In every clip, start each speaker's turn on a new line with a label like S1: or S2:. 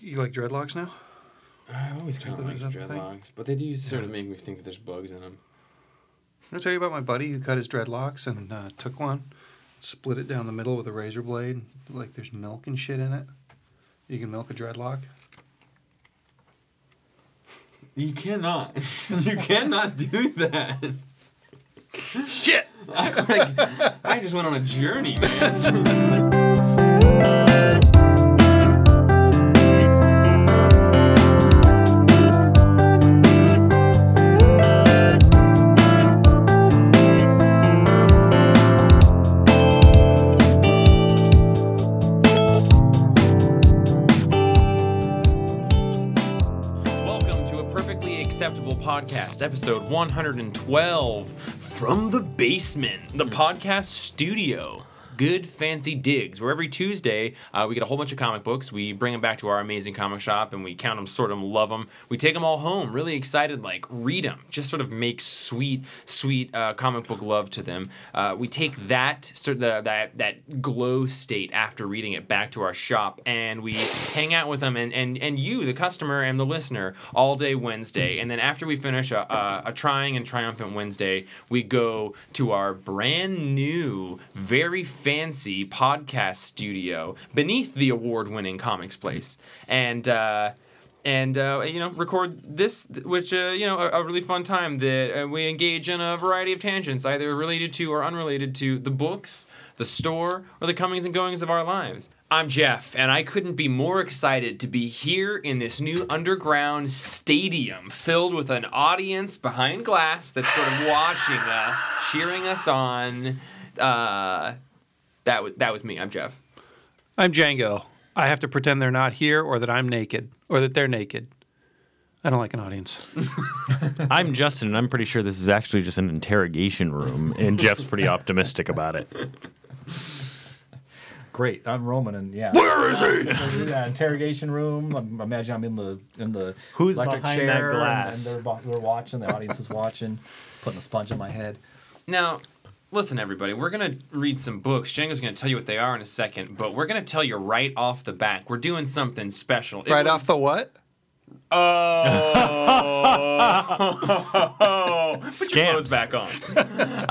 S1: you like dreadlocks now?
S2: I always kind of like
S1: Is that the thing?
S2: dreadlocks, but they do sort of make me think that there's bugs in them.
S1: I'm gonna tell you about my buddy who cut his dreadlocks and uh, took one, split it down the middle with a razor blade. Like there's milk and shit in it. You can milk a dreadlock.
S2: You cannot. you cannot do that.
S1: Shit.
S2: I, like, I just went on a journey, man. Welcome to a perfectly acceptable podcast, episode 112 from the basement, the podcast studio. Good fancy digs, where every Tuesday uh, we get a whole bunch of comic books. We bring them back to our amazing comic shop and we count them, sort them, love them. We take them all home, really excited, like read them, just sort of make sweet, sweet uh, comic book love to them. Uh, we take that sort of the, that that glow state after reading it back to our shop and we hang out with them and, and, and you, the customer and the listener, all day Wednesday. And then after we finish a, a, a trying and triumphant Wednesday, we go to our brand new, very fancy podcast studio beneath the award winning comics place. And, uh, and uh, you know record this which uh, you know a, a really fun time that uh, we engage in a variety of tangents either related to or unrelated to the books the store or the comings and goings of our lives i'm jeff and i couldn't be more excited to be here in this new underground stadium filled with an audience behind glass that's sort of watching us cheering us on uh, that, was that was me i'm jeff
S1: I'm Django. I have to pretend they're not here, or that I'm naked, or that they're naked. I don't like an audience.
S3: I'm Justin, and I'm pretty sure this is actually just an interrogation room, and Jeff's pretty optimistic about it.
S4: Great. I'm Roman, and yeah,
S3: Where is he?
S4: yeah, interrogation room. I'm- Imagine I'm in the in the
S3: Who's
S4: electric
S3: behind that
S4: chair, and-
S3: glass?
S4: And, they're, bo- they're watching. The audience is watching, putting a sponge in my head.
S2: Now, listen, everybody. We're gonna read some books. Django's gonna tell you what they are in a second, but we're gonna tell you right off the back. We're doing something special. It
S1: right
S2: was-
S1: off the what?
S2: Oh, put your clothes
S3: Scamps.
S2: back on.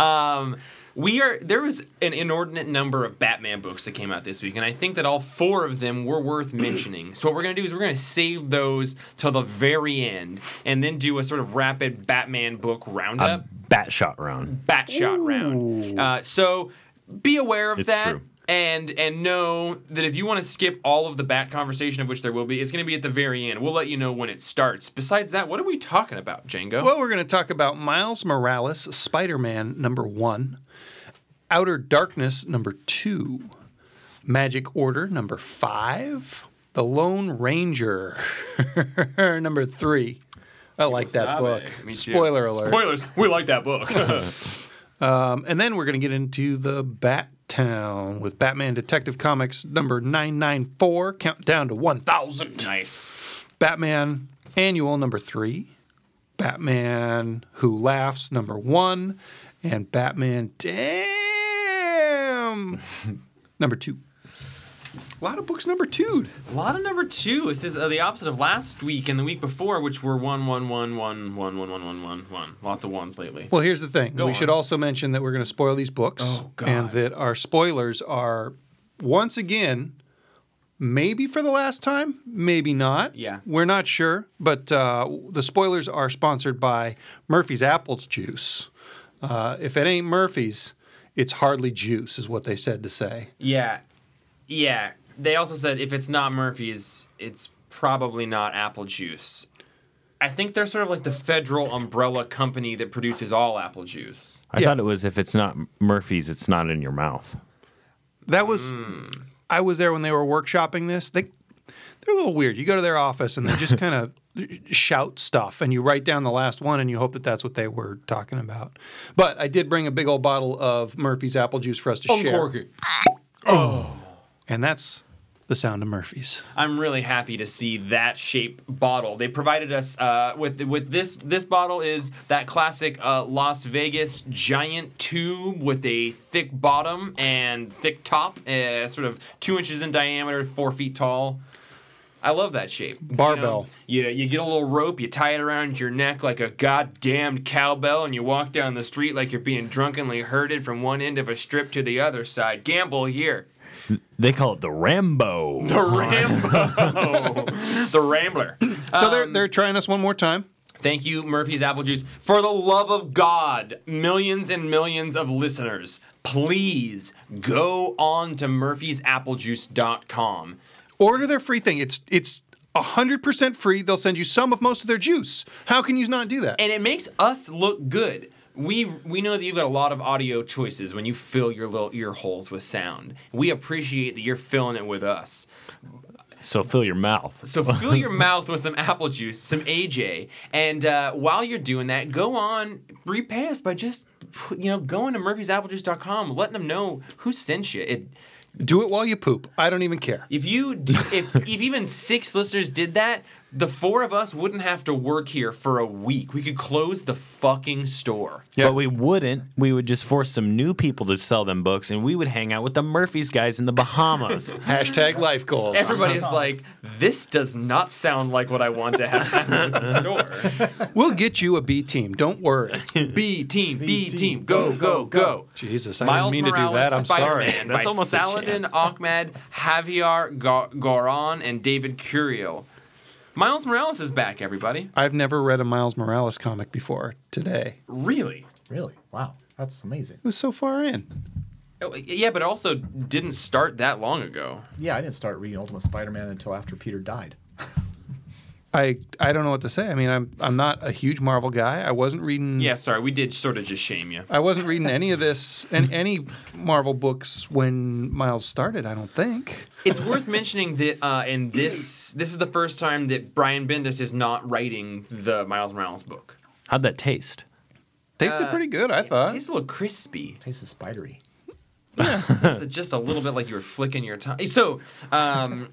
S2: Um, we are. There was an inordinate number of Batman books that came out this week, and I think that all four of them were worth mentioning. So what we're gonna do is we're gonna save those till the very end, and then do a sort of rapid Batman book roundup.
S3: Bat shot round.
S2: bat shot round. Uh, so be aware of
S3: It's
S2: that.
S3: true.
S2: And and know that if you want to skip all of the bat conversation, of which there will be, it's going to be at the very end. We'll let you know when it starts. Besides that, what are we talking about, Django?
S1: Well, we're going to talk about Miles Morales, Spider Man number one, Outer Darkness number two, Magic Order number five, The Lone Ranger number three. I like that
S2: Sabe.
S1: book.
S2: Me too.
S1: Spoiler alert.
S2: Spoilers. We like that book.
S1: Um, and then we're going to get into the Bat Town with Batman Detective Comics number 994, countdown to 1000.
S2: nice.
S1: Batman Annual number three, Batman Who Laughs number one, and Batman Damn number two. A lot of books number two.
S2: A lot of number two. This is uh, the opposite of last week and the week before, which were one, one, one, one, one, one, one, one, one, one. Lots of ones lately.
S1: Well, here's the thing.
S2: Go
S1: we
S2: on.
S1: should also mention that we're going to spoil these books
S2: Oh, God.
S1: and that our spoilers are once again maybe for the last time, maybe not.
S2: Yeah.
S1: We're not sure, but uh, the spoilers are sponsored by Murphy's Apples Juice. Uh, if it ain't Murphy's, it's hardly juice is what they said to say.
S2: Yeah. Yeah. They also said if it's not Murphy's, it's probably not apple juice. I think they're sort of like the federal umbrella company that produces all apple juice.
S3: I
S1: Yeah.
S3: thought it was if it's not Murphy's, it's not in your mouth.
S1: That was I was there when they were workshopping this. They they're a little weird. You go to their office and they just kind of shout stuff and you write down the last one and you hope that that's what they were talking about. But I did bring a big old bottle of Murphy's apple juice for us to share. Oh. And that's the sound of Murphy's.
S2: I'm really happy to see that shape bottle. They provided us uh, with with this this bottle is that classic uh, Las Vegas giant tube with a thick bottom and thick top, uh, sort of two inches in diameter, four feet tall. I love that shape. You know,
S1: Barbell.
S2: You, you get a little rope, you tie it around your neck like a goddamn cowbell, and you walk down the street like you're being drunkenly herded from one end of a strip to the other side. Gamble here.
S3: They call it the Rambo.
S2: The Rambo. the Rambler.
S1: So they're they're trying us one more time.
S2: Thank you, Murphy's Apple Juice. For the love of God, millions and millions of listeners, please go on to murphysapplejuice.com.
S1: Order their free thing. It's it's hundred percent free. They'll send you some of most of their juice. How can you not do that?
S2: and it makes us look good. We we know that you've got a lot of audio choices when you fill your little ear holes with sound. We appreciate that you're filling it with us.
S3: So fill your mouth.
S2: So fill your mouth with some apple juice, some AJ, and uh, while you're doing that, go on repay us by just you know going to murphysapplejuice.com, letting them know who sent you. It
S1: do it while you poop. I don't even care.
S2: if you d- if if even six listeners did that, the four of us wouldn't have to work here for a week. We could close the fucking store.
S1: Yeah.
S3: But we wouldn't. We would just force some new people to sell them books, and we would hang out with the Murphy's guys in the Bahamas.
S1: Hashtag life goals.
S2: Everybody's like, this does not sound like what I want to have happen at the store.
S1: we'll get you a B team. Don't worry.
S2: B team, B team, go, go, go.
S1: Jesus, I
S2: Oh, Miles
S1: didn't mean
S2: Morales,
S1: to do that. I'm
S2: Spider-Man
S1: sorry.
S2: by
S3: That's almost a
S2: Saladin, Ahmed, Javier Ga- Garon, and David Curio. Miles Morales is back, everybody.
S1: I've never read a Miles Morales comic before today. It
S2: Really?
S4: Really? Wow. That's amazing.
S1: was so far in.
S2: Oh, Yeah, but it also didn't start that long ago.
S1: Hmm.
S4: Yeah, I didn't start reading Ultimate Spider-Man until after Peter died.
S1: I I don't know what to say. I mean, I'm I'm not a huge Marvel guy. I wasn't reading.
S2: Yeah, sorry, we did sort of just shame you.
S1: I wasn't reading any of this and any Marvel books when Miles started. I don't think.
S2: it's worth mentioning that uh, in this this is the first time that Brian Bendis is not writing the Miles Morales book.
S3: How'd that taste?
S1: Tasted
S2: Uh,
S1: pretty good, I
S2: It
S1: thought.
S2: tastes a little crispy.
S4: Tastes spidery.
S2: It's just a little bit like you were flicking your tongue. So, um,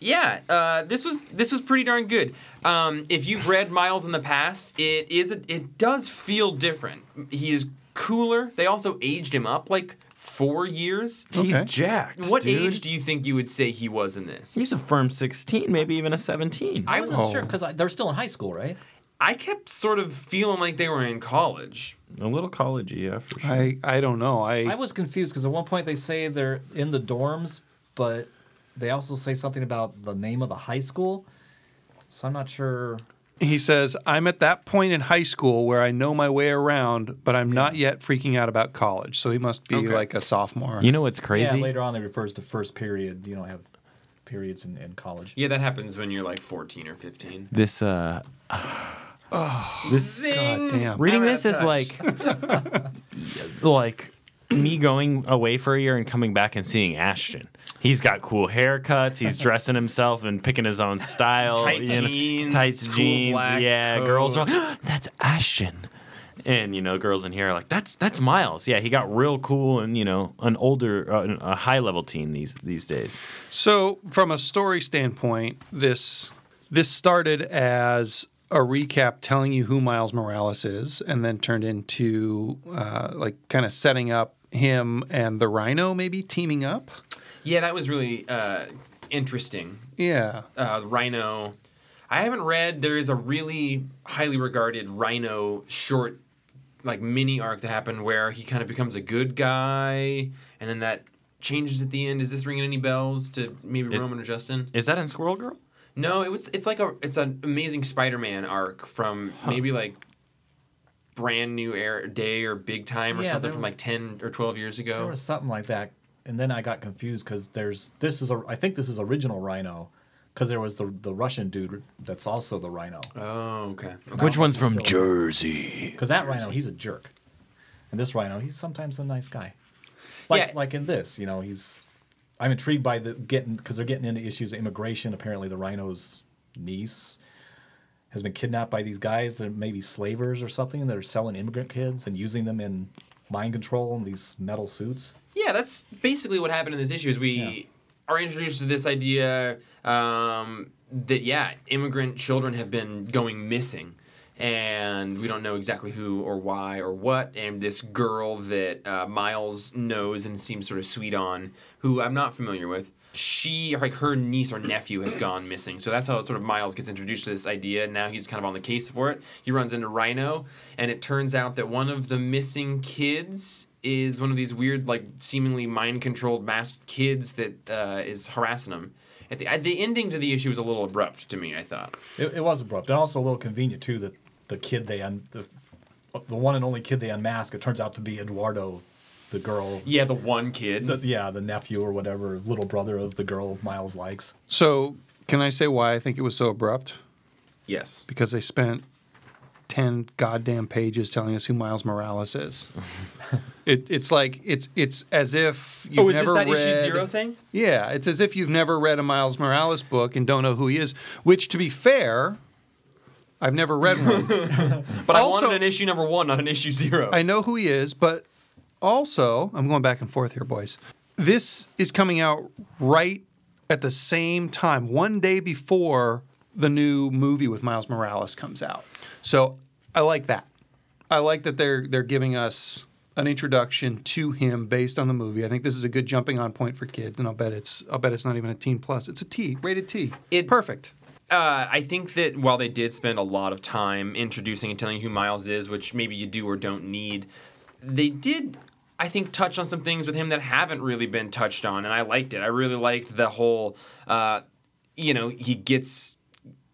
S2: yeah, uh, this was this was pretty darn good. Um, if you've read Miles in the past, it is a, it does feel different. He is cooler. They also aged him up like four years.
S1: Okay.
S3: He's jacked.
S2: What
S3: dude.
S2: age do you think you would say he was in this?
S3: He's a firm 16, maybe even a 17.
S4: I wasn't
S1: Oh.
S4: sure because they're still in high school, right?
S2: I kept sort of feeling like they were in college.
S3: a little college, yeah, for sure.
S1: I I don't know.
S4: I
S1: I
S4: was confused because at one point they say they're in the dorms, but they also say something about the name of the high school. So I'm not sure.
S1: he says I'm at that point in high school where I know my way around, but I'm not yet freaking out about college. So he must be
S2: Okay.
S1: like a sophomore.
S3: you know what's crazy?
S4: Yeah, later on they refers to first period. You don't have periods in, in college.
S2: Yeah, that happens when you're like 14 or 15.
S3: This, uh, this
S1: God damn.
S3: reading
S2: I'm out
S3: this
S2: of
S3: is
S2: touch.
S3: like, like me going away for a year and coming back and seeing Ashton. He's got cool haircuts. He's dressing himself and picking his own style.
S2: Tight
S3: you know,
S2: jeans,
S3: tight
S2: cool
S3: jeans.
S2: black
S3: yeah,
S2: coat.
S3: girls are like, that's Ashton. And you know, girls in here are like, that's that's Miles. Yeah, he got real cool and you know, an older, uh, a high level teen these these days.
S1: So, from a story standpoint, this this started as a recap telling you who Miles Morales is, and then turned into uh, like kind of setting up him and the Rhino maybe teaming up.
S2: Yeah, that was really uh, interesting.
S1: Yeah,
S2: Uh, Rhino. I haven't read. There is a really highly regarded Rhino short, like mini arc that happened where he kind of becomes a good guy, and then that changes at the end. Is this ringing any bells to maybe Roman or Justin?
S3: Is that in Squirrel Girl?
S2: No, it was. It's like a. It's an amazing Spider-Man arc from maybe like brand new air day or big time or
S4: Yeah,
S2: something
S4: there
S2: from
S4: were-
S2: like 10 or 12 years
S4: There
S2: ago
S4: was something like that, and then I got confused because there's this is a I think this is original Rhino, because there was the the Russian dude that's also the Rhino.
S2: oh okay
S3: Which one's from
S4: Still-
S3: Jersey?
S4: Because that Rhino, he's a jerk, and this Rhino, he's sometimes a nice guy. Like
S2: Yeah.
S4: like in this, you know, he's. I'm intrigued by the getting because they're getting into issues of immigration. Apparently, the Rhino's niece has been kidnapped by these guys that are maybe slavers or something that are selling immigrant kids and using them in mind control in these metal suits.
S2: yeah that's basically what happened in this issue is we
S4: Yeah.
S2: are introduced to this idea um, that yeah immigrant children have been going missing and we don't know exactly who or why or what and this girl that uh, miles knows and seems sort of sweet on who i'm not familiar with she like her niece or nephew has gone missing. So that's how sort of Miles gets introduced to this idea. Now he's kind of on the case for it. He runs into Rhino, and it turns out that one of the missing kids is one of these weird, like seemingly mind controlled masked kids that uh, is harassing him. At the, at the ending to the issue was a little abrupt to me. I thought.
S4: It, it was abrupt and also a little convenient too. That the kid they un, the, the one and only kid they unmask, it turns out to be Eduardo, the girl.
S2: Yeah, the one kid.
S4: The, yeah, the nephew or whatever, little brother of the girl Miles likes.
S1: So, can I say why I think it was so abrupt?
S2: yes.
S1: Because they spent 10 goddamn pages telling us who Miles Morales is. it, it's like, it's it's as if you've
S2: oh, is this
S1: never
S2: that issue
S1: read-
S2: zero thing?
S1: Yeah, it's as if you've never read a Miles Morales book and don't know who he is, which, to be fair, I've never read one.
S2: But I
S1: Also-
S2: wanted an issue number one, not an issue zero.
S1: I know who he is, but also, I'm going back and forth here, boys. This is coming out right at the same time, one day before the new movie with Miles Morales comes out. So I like that. I like that they're they're giving us an introduction to him based on the movie. I think this is a good jumping on point for kids, and I'll bet it's I'll bet it's not even a teen plus. It's a T, rated T.
S2: It-
S1: Perfect.
S2: uh, I think that while they did spend a lot of time introducing and telling who Miles is, which maybe you do or don't need, they did, I think, touch on some things with him that haven't really been touched on, and I liked it. I really liked the whole, uh, you know, he gets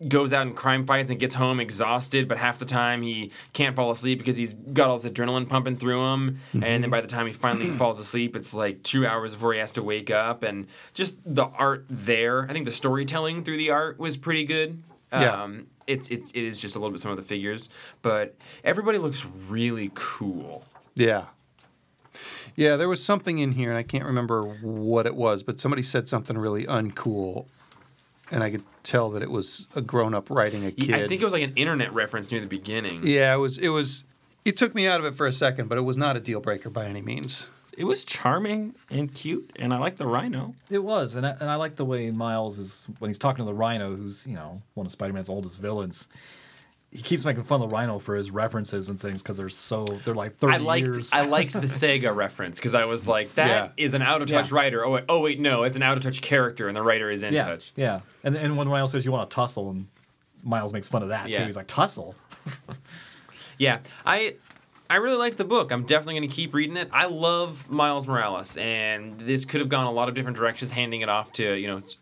S2: goes out in crime fights and gets home exhausted, but half the time he can't fall asleep because he's got all this adrenaline pumping through him. And
S1: Mm-hmm.
S2: then by the time he finally falls asleep, it's like two hours before he has to wake up. And just the art there, I think the storytelling through the art was pretty good.
S1: Yeah.
S2: Um, it's, it's, it is just a little bit some of the figures, but everybody looks really cool.
S1: Yeah. Yeah, there was something in here, and I can't remember what it was, but somebody said something really uncool, and I could tell that it was a grown-up writing a kid.
S2: I think it was like an internet reference near the beginning.
S1: yeah, it was. It was. It took me out of it for a second, but it was not a deal breaker by any means.
S3: It was charming and cute, and I like the rhino.
S4: It was, and I, and I like the way Miles is when he's talking to the Rhino, who's you know one of Spider-Man's oldest villains. He keeps making fun of the Rhino for his references and things because they're so they're like thirty
S2: I liked
S4: years.
S2: I liked the Sega reference because I was like, that is
S1: Yeah.
S2: an out of touch
S4: Yeah.
S2: writer. Oh wait, oh wait, no, it's an out of touch character, and the writer is in
S4: yeah,
S2: touch.
S4: yeah. And and when Miles says you want to tussle, and Miles makes fun of that
S2: Yeah.
S4: too. He's like tussle.
S2: Yeah, I I really liked the book. I'm definitely going to keep reading it. I love Miles Morales, and this could have gone a lot of different directions. Handing it off to you know. s-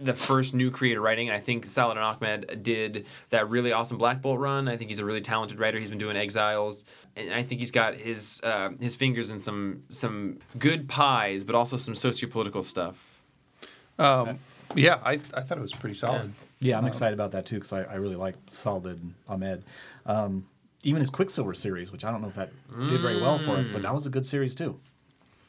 S2: The first new creator writing, and I think Saladin Ahmed did that really awesome Black Bolt run. I think he's a really talented writer. He's been doing Exiles, and I think he's got his uh, his fingers in some some good pies, but also some sociopolitical stuff.
S1: Um, yeah, I, I thought it was pretty solid.
S4: Yeah,
S2: Uh-huh.
S4: I'm excited about that too because I, I really like Saladin Ahmed. Um, even his Quicksilver series, which I don't know if that did very well for us, but
S2: Mm.
S4: that was a good series too.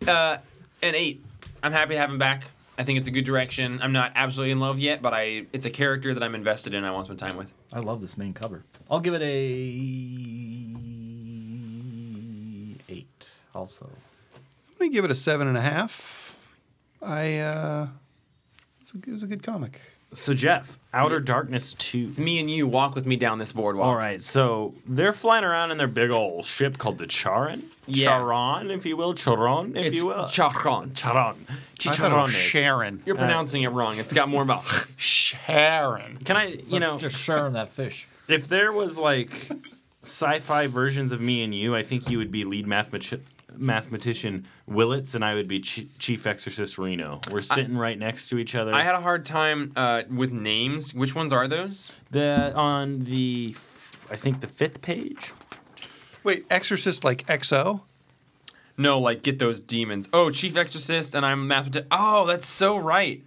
S2: Uh, an eight. I'm happy to have him back. I think it's a good direction. I'm not absolutely in love yet, but I it's a character that I'm invested in. I want to spend time with.
S4: I love this main cover. I'll give it a eight. Also,
S1: I'm gonna give it a seven and a half. I uh, it was a, it was a good comic.
S3: So Jeff, Outer Darkness two.
S2: It's me and you walk with me down this boardwalk.
S3: All right, so they're flying around in their big old ship called the Charon.
S2: Yeah.
S3: Charon, if you will. Charon, if
S2: It's
S3: you will.
S2: Chacron.
S3: Charon.
S1: I thought it was
S3: Chicharrones.
S1: Sharon.
S2: You're pronouncing it wrong. It's got more about.
S1: Sharon.
S3: Can I, you know,
S4: just sharing that fish.
S3: if there was like sci-fi versions of me and you, I think you would be lead mathemati- mathematician Willits, and I would be ch- chief exorcist Reno. We're sitting right next to each other.
S2: I had a hard time uh, with names. Which ones are those?
S3: the on the, f- I think the fifth page.
S1: Wait, Exorcist like XO?
S2: No, like get those demons. Oh, chief exorcist, and I'm mathemat. Oh, that's so right.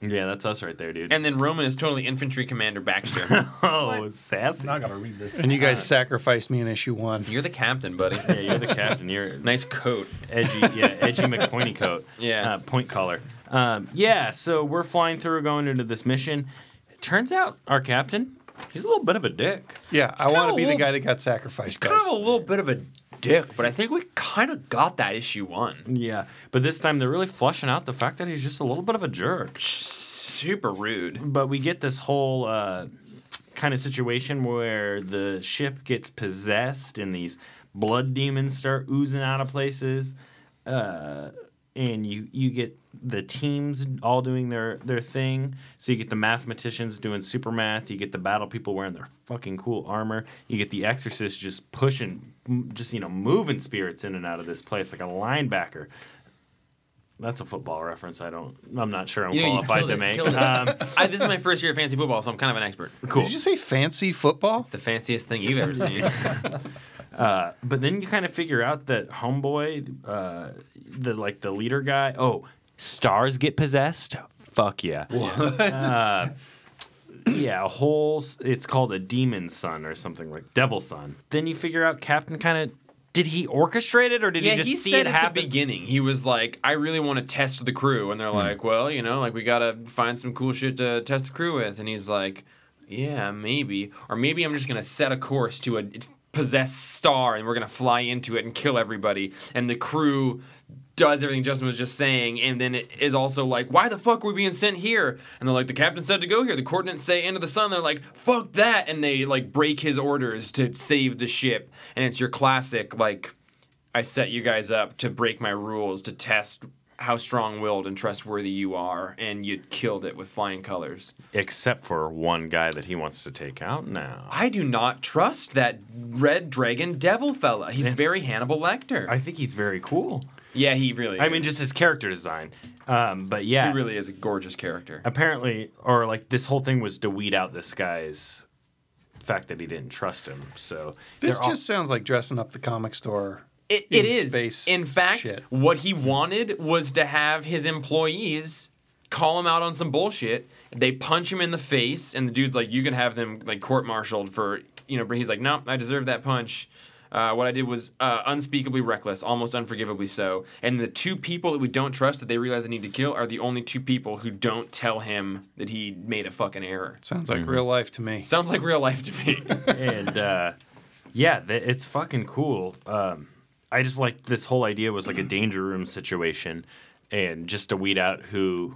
S3: Yeah, that's us right there, dude.
S2: And then Roman is totally infantry commander Baxter.
S3: oh, sassy.
S4: Now I gotta read this.
S1: And you guys sacrificed me in issue one.
S2: You're the captain, buddy.
S3: Yeah, you're the captain. You're
S2: Nice coat.
S3: edgy, yeah, edgy McPointy coat,
S2: Yeah.
S3: uh, point collar. Um, yeah, so we're flying through, going into this mission. It turns out our captain, he's a little bit of a dick.
S1: Yeah, I
S2: kinda
S1: want
S2: a
S1: to be the
S2: little-
S1: guy that got sacrificed.
S2: kind
S1: Guys.
S2: of a little bit of a dick, but I think we kind of got that issue one.
S3: Yeah, but this time they're really flushing out the fact that he's just a little bit of a jerk.
S2: Super rude.
S3: But we get this whole uh, kind of situation where the ship gets possessed and these blood demons start oozing out of places. Uh, and you you get the teams all doing their their thing. So you get the mathematicians doing super math. You get the battle people wearing their fucking cool armor. You get the exorcists just pushing, m- just you know, moving spirits in and out of this place like a linebacker. That's a football reference. I don't. I'm not sure I'm
S2: You know, you
S3: qualified
S2: killed
S3: to
S2: it,
S3: make.
S2: killed it.
S3: Um,
S2: I, this is my first year of fancy football, so I'm kind of an expert.
S3: cool.
S1: Did you say fancy football?
S2: The fanciest thing you've ever seen.
S3: But then you kind of figure out that homeboy, uh, the like the leader guy. Oh, stars get possessed. Fuck yeah. Uh, yeah, a whole. s- It's called a demon son or something like devil son. Then you figure out Captain kind of. Did he orchestrate it or did
S2: yeah,
S3: he just
S2: he
S3: see
S2: said
S3: it
S2: at the
S3: happen?
S2: beginning, he was like, "I really want to test the crew," and they're like, "Well, you know, like we gotta find some cool shit to test the crew with," and he's like, "Yeah, maybe, or maybe I'm just gonna set a course to a possessed star, and we're gonna fly into it and kill everybody." And the crew does everything Justin was just saying, and then it is also like, "Why the fuck are we being sent here?" And they're like, "The captain said to go here. The coordinates say end of the sun." They're like, "Fuck that!" And they like break his orders to save the ship, and it's your classic like. I set you guys up to break my rules to test how strong willed and trustworthy you are, and you killed it with flying colors.
S3: Except for one guy that he wants to take out now.
S2: I do not trust that red dragon devil fella. He's very Hannibal Lecter.
S3: I think he's very cool.
S2: yeah, he really
S3: I
S2: is.
S3: mean, just his character design. Um, but
S2: he
S3: yeah,
S2: really is a gorgeous character.
S3: apparently, or like this whole thing was to weed out this guy's fact that he didn't trust him. So
S1: This
S3: they're all-
S1: just sounds like dressing up the comic store.
S2: It,
S1: in
S2: it is.
S1: space
S2: in fact,
S1: shit.
S2: what he wanted was to have his employees call him out on some bullshit. They punch him in the face, and the dude's like, "You can have them like court-martialed for you know." But he's like, "No, I deserve that punch." Uh, what I did was uh, unspeakably reckless, almost unforgivably so. And the two people that we don't trust that they realize they need to kill are the only two people who don't tell him that he made a fucking error.
S1: Sounds like real life to me.
S2: Sounds like real life to me.
S3: and uh, yeah, th- it's fucking cool. Um, I just like this whole idea was like a danger room situation, and just to weed out who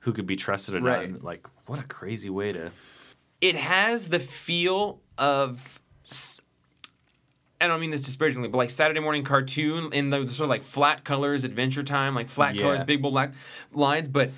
S3: who could be trusted or not.
S2: Right.
S3: And, like, what a crazy way to.
S2: it has the feel of s- I don't mean this disparagingly, but like Saturday morning cartoon in the sort of like flat colors, adventure time, like flat
S3: Yeah.
S2: colors, big bold black lines, but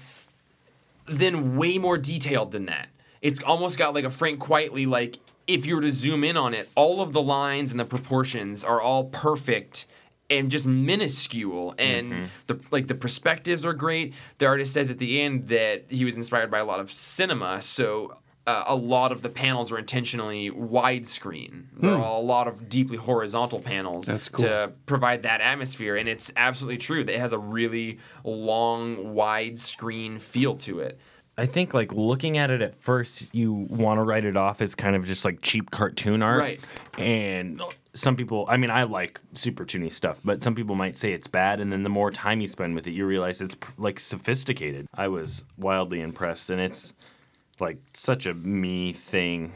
S2: then way more detailed than that. It's almost got like a Frank Quietly, like if you were to zoom in on it, all of the lines and the proportions are all perfect and just minuscule and
S1: Mm-hmm.
S2: the like the perspectives are great. The artist says at the end that he was inspired by a lot of cinema, so uh, a lot of the panels are intentionally widescreen. There are a lot of deeply horizontal panels
S1: Hmm. That's cool.
S2: to provide that atmosphere. And it's absolutely true that it has a really long, wide screen feel to it.
S3: I think like looking at it at first, you want to write it off as kind of just like cheap cartoon art.
S2: Right.
S3: And some people, I mean, I like super toony stuff, but some people might say it's bad. And then the more time you spend with it, you realize it's pr- like sophisticated. I was wildly impressed, and it's like such a me thing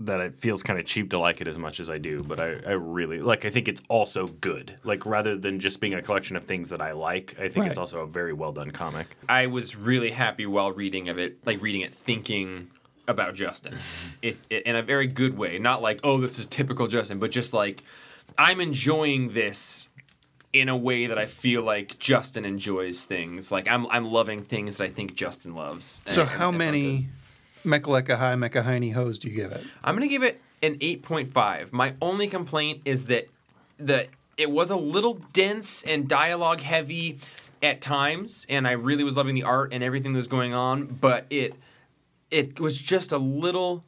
S3: that it feels kind of cheap to like it as much as I do. But I, I really like. I think it's also good. Like rather than just being a collection of things that I like, I think
S1: Right.
S3: it's also a very well done comic.
S2: I was really happy while reading of it, like reading it, thinking about Justin, it, it, in a very good way. Not like, oh, this is typical Justin, but just like, I'm enjoying this in a way that I feel like Justin enjoys things. Like I'm, I'm loving things that I think Justin loves.
S1: So
S2: And-
S1: how
S2: and-
S1: many Mechaleka high Mechahiny hoes do you give it?
S2: I'm gonna give it an 8.5. My only complaint is that the it was a little dense and dialogue heavy at times, and I really was loving the art and everything that was going on, but it it was just a little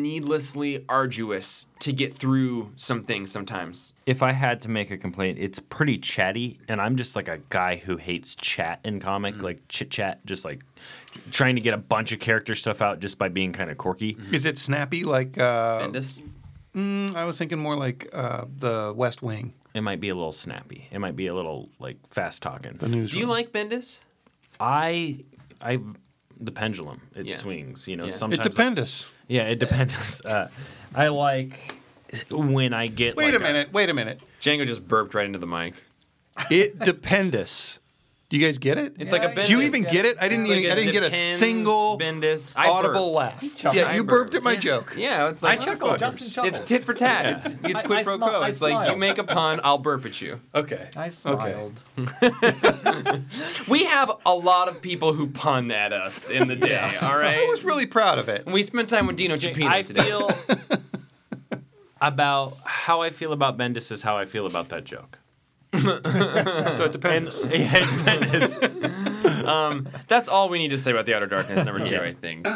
S2: needlessly arduous to get through some things sometimes.
S3: if I had to make a complaint, it's pretty chatty, and I'm just like a guy who hates chat in comic,
S2: Mm.
S3: like chit chat, just like trying to get a bunch of character stuff out just by being kind of quirky.
S2: Mm-hmm.
S1: Is it snappy like uh,
S2: Bendis.
S1: mm, I was thinking more like uh, the West Wing,
S3: It might be a little snappy. It might be a little like fast talking.
S1: the news.
S2: Do you like Bendis?
S3: I, I, the pendulum it
S2: Yeah.
S3: swings. You know,
S2: Yeah. It
S3: sometimes
S1: It depends.
S3: yeah, it depends. uh, I like when I get.
S2: uh,
S1: Wait
S3: like
S1: a minute. Wait a minute.
S2: Django just burped right into the mic.
S1: It depends. Do you guys get it?
S2: It's
S4: Yeah,
S2: like a Bendis.
S4: I
S1: Do you even get it? I didn't.
S2: It's like
S1: even, I I didn't get a
S2: Depends,
S1: single
S2: Bendis. I
S1: audible
S2: burped.
S1: laugh.
S4: chuckled.
S1: Yeah, you
S2: I
S1: burped at my
S2: Yeah.
S1: joke.
S2: Yeah, it's like
S1: I chuckled.
S4: Oh, Justin chuckled.
S2: It's tit for tat. It's it's
S4: I-
S2: quid
S4: I
S2: pro
S4: smile-
S2: quo.
S4: I
S2: It's like you
S4: smiled.
S2: make a pun, I'll burp at you.
S1: Okay.
S4: I smiled.
S2: We have a lot of people who pun at us in the day. All right.
S1: I was really proud of it.
S2: we spent time with Dino Cipino
S3: I
S2: today.
S3: feel about how I feel about Bendis is how I feel about that joke.
S1: So it
S3: And
S1: depends.
S3: yeah, Bendis.
S2: That's all we need to say about the Outer Darkness number two. I think.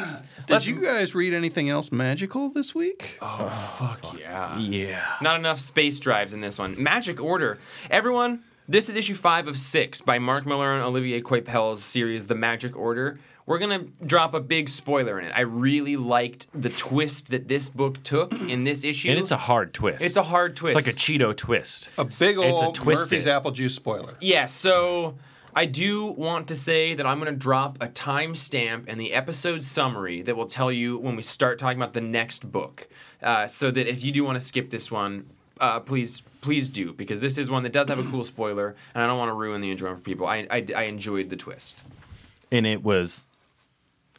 S1: Did you guys read anything else magical this week?
S2: Fuck yeah.
S3: Yeah.
S2: Not enough space drives in this one. Magic Order. Everyone, this is issue five of six by Mark Miller and Olivier Coipel's series, The Magic Order. We're going to drop a big spoiler in it. I really liked the twist that this book took in this issue.
S3: And it's a hard twist.
S2: It's a hard twist.
S3: It's like a Cheeto twist.
S1: A big
S3: It's a
S1: old
S3: twisted-
S1: Murphy's apple juice spoiler.
S2: Yeah, so I do want to say that I'm going to drop a timestamp and the episode summary that will tell you when we start talking about the next book. Uh, so that if you do want to skip this one, uh, please, please do, because this is one that does have a cool spoiler, and I don't want to ruin the enjoyment for people. I, I, I enjoyed the twist.
S3: and it was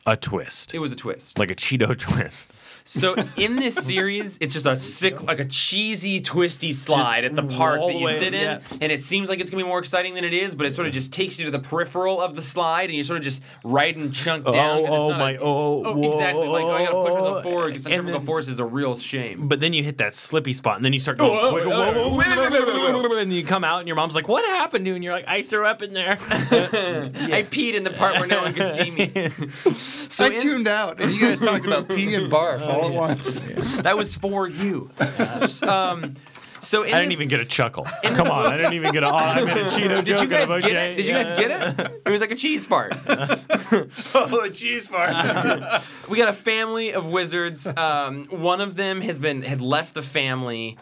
S3: a twist.
S2: It was a twist.
S3: like a Cheeto twist.
S2: So in this series, it's just a sick, like a cheesy, twisty slide at the park
S3: all
S2: that
S3: the
S2: you
S3: way-
S2: sit in,
S3: yeah.
S2: and it seems like it's gonna be more exciting than it is, but it sort of just takes you to the peripheral of the slide, and you sort of just riding chunk down. 'cause it's not a-
S3: oh,
S2: exactly. Like oh, I gotta push myself
S3: whoa.
S2: forward because
S3: And
S2: centrifugal
S3: then-
S2: force is a real shame.
S3: But then you hit that slippy spot, and then you start going
S2: Oh,
S3: quick,
S2: oh,
S3: whoa,
S2: oh,
S3: whoa,
S2: wait, wait, wait, wait, wait,
S3: whoa, and you come out, and your mom's like, "What happened to you?" And you're like, "I threw up in there."
S2: I peed in the part where no one could see me. so
S1: I
S2: in-
S1: tuned out, and you guys talked about pee and barf all at once.
S2: That was for you. um, so in
S3: I didn't
S2: this-
S3: even get a chuckle. Come on, I didn't even get a. Oh, I made a Cheeto joke.
S2: Did you
S3: and
S2: guys
S3: I'm
S2: get
S3: okay,
S2: it? Did you
S3: yeah.
S2: guys get it? It was like a cheese fart.
S1: oh, cheese fart.
S2: we got a family of wizards. Um, one of them has been had left the family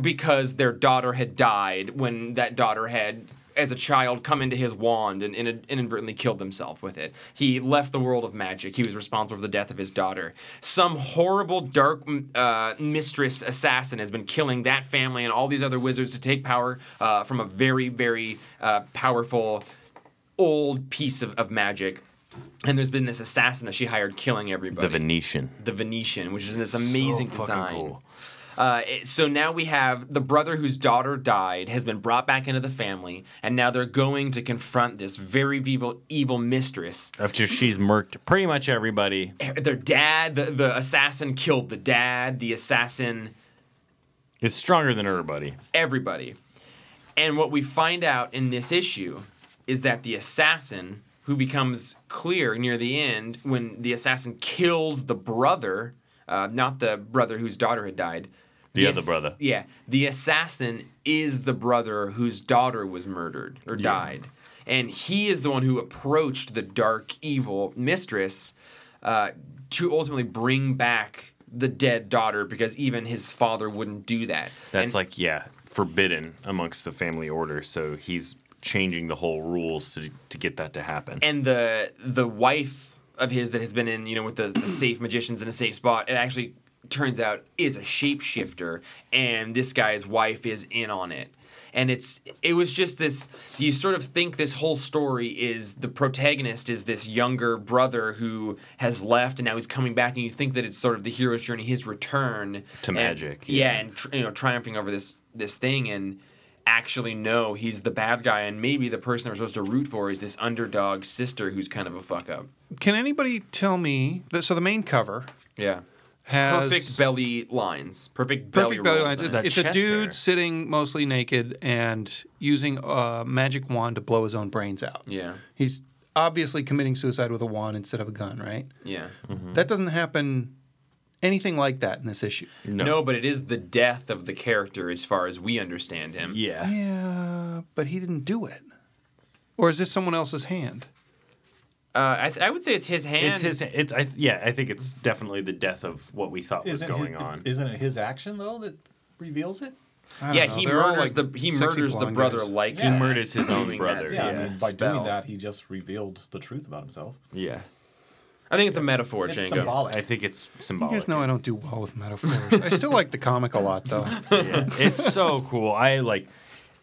S2: because their daughter had died when that daughter had as a child come into his wand and in- inadvertently killed himself with it he left the world of magic he was responsible for the death of his daughter some horrible dark m- uh, mistress assassin has been killing that family and all these other wizards to take power uh, from a very very uh, powerful old piece of, of magic and there's been this assassin that she hired killing everybody
S3: The Venetian.
S2: the Venetian, which is this
S3: So
S2: amazing
S3: fucking
S2: design.
S3: cool.
S2: Uh, it- so now we have the brother whose daughter died has been brought back into the family, and now they're going to confront this very evil, evil mistress.
S3: After she's murked pretty much everybody.
S2: Eh, Their dad, the, the assassin killed the dad. The assassin
S3: Is stronger than everybody.
S2: everybody. And what we find out in this issue is that the assassin, who becomes clear near the end when the assassin kills the brother, uh, not the brother whose daughter had died.
S3: The other brother.
S2: Yeah. The assassin is the brother whose daughter was murdered or died. And he is the one who approached the dark, evil mistress uh, to ultimately bring back the dead daughter because even his father wouldn't do that.
S3: That's
S2: And-
S3: like yeah, forbidden amongst the family order. So he's changing the whole rules to to get that to happen.
S2: and the the wife of his that has been in you know with the, the safe magicians in a safe spot it actually turns out is a shapeshifter and this guy's wife is in on it and it's it was just this you sort of think this whole story is the protagonist is this younger brother who has left and now he's coming back and you think that it's sort of the hero's journey his return
S3: To
S2: and-
S3: magic,
S2: yeah,
S3: yeah.
S2: and tr- you know triumphing over this this thing and actually no he's the bad guy and maybe the person we're supposed to root for is this underdog sister who's kind of a fuck up
S1: Can anybody tell me that? So the main cover
S2: yeah
S1: has
S2: perfect belly lines perfect belly,
S1: perfect belly
S2: rolls
S1: lines.
S2: on
S1: It's,
S2: it.
S3: That
S1: it's a
S3: chest
S1: dude
S3: hair.
S1: sitting mostly naked and using a magic wand to blow his own brains out.
S2: yeah
S1: He's obviously committing suicide with a wand instead of a gun, right?
S2: yeah
S3: Mm-hmm.
S1: That doesn't happen anything like that in this issue.
S2: no. but it is the death of the character as far as we understand him
S3: Yeah.
S1: Yeah, but he didn't do it. Or is this someone else's hand?
S2: uh, I, th- I would say it's his hand
S3: It's his. It's I, yeah. I think it's definitely the death of what we thought was
S4: Isn't
S3: going
S4: his-
S3: on.
S4: Isn't it his action though that reveals it?
S1: I don't
S2: yeah
S1: know.
S2: he
S1: They're all,
S2: murders
S1: like,
S2: the he
S1: sexy
S2: murders the
S1: blonde
S2: brother
S1: guys.
S2: like
S4: Yeah.
S2: that.
S3: Murders his own
S2: Doing that
S3: brother,
S4: Yeah,
S2: same
S4: I mean, by
S2: spell.
S4: doing that, he just revealed the truth about himself.
S3: yeah.
S2: I think it's a metaphor
S4: It's
S2: Django
S4: symbolic.
S3: I think it's
S1: You
S3: symbolic.
S1: guys know I don't do well with metaphors. I still like the comic a lot, though.
S3: Yeah. It's so cool. I like.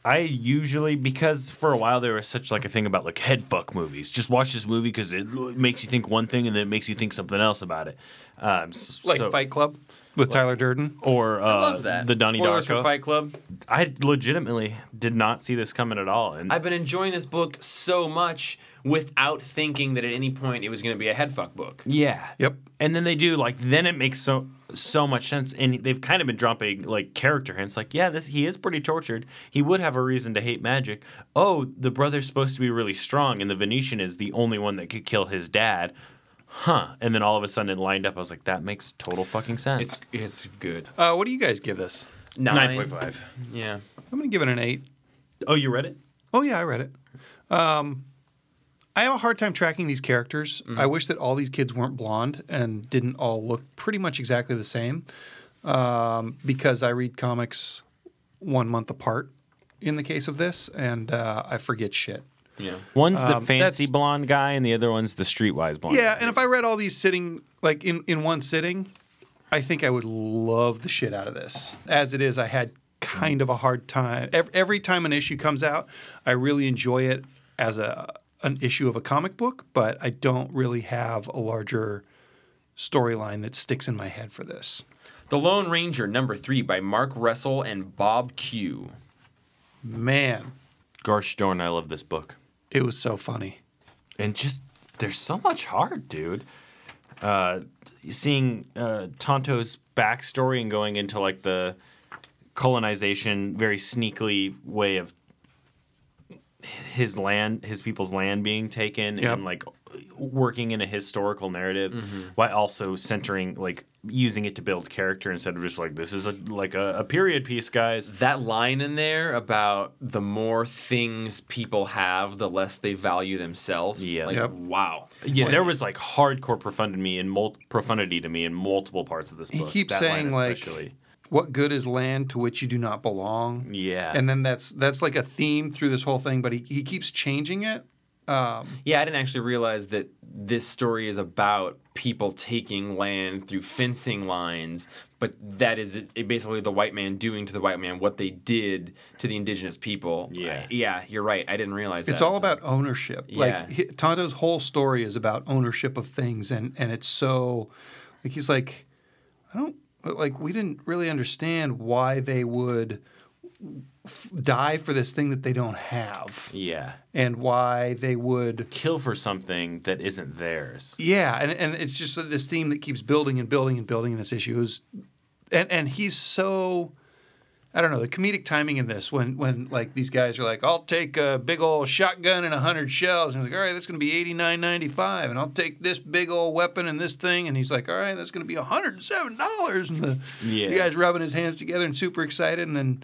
S3: I usually because for a while there was such like a thing about like head fuck movies. Just watch this movie because it l- makes you think one thing and then it makes you think something else about it. Um, s-
S1: Like
S3: so-
S1: Fight Club with Tyler Durden.
S3: or uh,
S2: I love that.
S3: the Donnie
S2: Spoilers
S3: Darko.
S2: for Fight Club.
S3: I legitimately did not see this coming at all, and
S2: I've been enjoying this book so much without thinking that at any point it was going to be a headfuck book.
S3: yeah,
S1: Yep.
S3: And then they do like then it makes so so much sense, and they've kind of been dropping like character hints, like yeah, this he is pretty tortured. He would have a reason to hate magic. Oh, the brother's supposed to be really strong, and the Venetian is the only one that could kill his dad. Huh? And then all of a sudden it lined up. I was like, that makes total fucking sense.
S2: It's it's good.
S1: Uh, what do you guys give this?
S3: nine point five.
S2: Yeah.
S1: I'm going to give it an eight.
S3: Oh, you read it?
S1: Oh yeah, I read it. Um, I have a hard time tracking these characters. I wish that all these kids weren't blonde and didn't all look pretty much exactly the same, um, because I read comics one month apart. In the case of this, and uh, I forget shit.
S2: Yeah.
S3: One's the
S1: Um,
S3: fancy
S1: that's-
S3: blonde guy, and the other one's the streetwise blonde.
S1: Yeah, and if I read all these sitting like in in one sitting, I think I would love the shit out of this. As it is, I had kind of a hard time. Every, every time an issue comes out, I really enjoy it as a an issue of a comic book, but I don't really have a larger storyline that sticks in my head for this.
S2: The Lone Ranger number three by Mark Russell and Bob Q.
S1: Man,
S3: Gosh darn, I love this book.
S1: it was so funny.
S3: and just there's so much heart, dude. Uh, seeing uh, Tonto's backstory and going into like the colonization, very sneakily way of his land, his people's land being taken,
S1: Yep.
S3: and like working in a historical narrative while also centering like using it to build character instead of just like this is a like a, a period piece, guys.
S2: That line in there about the more things people have, the less they value themselves.
S3: Yeah.
S2: Like,
S1: Yep.
S2: wow.
S3: Yeah, there was like hardcore profundity me and mul- profundity to me in multiple parts of this book.
S1: He keeps
S3: that line
S1: saying like,
S3: especially.
S1: "What good is land to which you do not belong?"
S3: Yeah.
S1: and then that's that's like a theme through this whole thing, but he, he keeps changing it.
S2: Yeah, I didn't actually realize that this story is about people taking land through fencing lines, but that is it- it basically the white man doing to the white man what they did to the indigenous people.
S3: Yeah.
S2: I- yeah, you're right. I didn't realize that.
S1: It's all about ownership.
S2: Yeah.
S1: Like he, Tonto's whole story is about ownership of things, and and it's so like he's like, I don't like we didn't really understand why they would f- die for this thing that they don't have,
S3: Yeah.
S1: and why they would.
S3: Kill for something that isn't theirs.
S1: Yeah, and and it's just this theme that keeps building and building and building in this issue. Is, and and he's so, I don't know, the comedic timing in this when when like these guys are like, I'll take a big old shotgun and hundred shells, and he's like, all right, that's gonna be eighty nine ninety five, and I'll take this big old weapon and this thing, and he's like, all right, that's gonna be hundred and seven dollars, and the,
S3: Yeah.
S1: the guy's rubbing his hands together and super excited, and then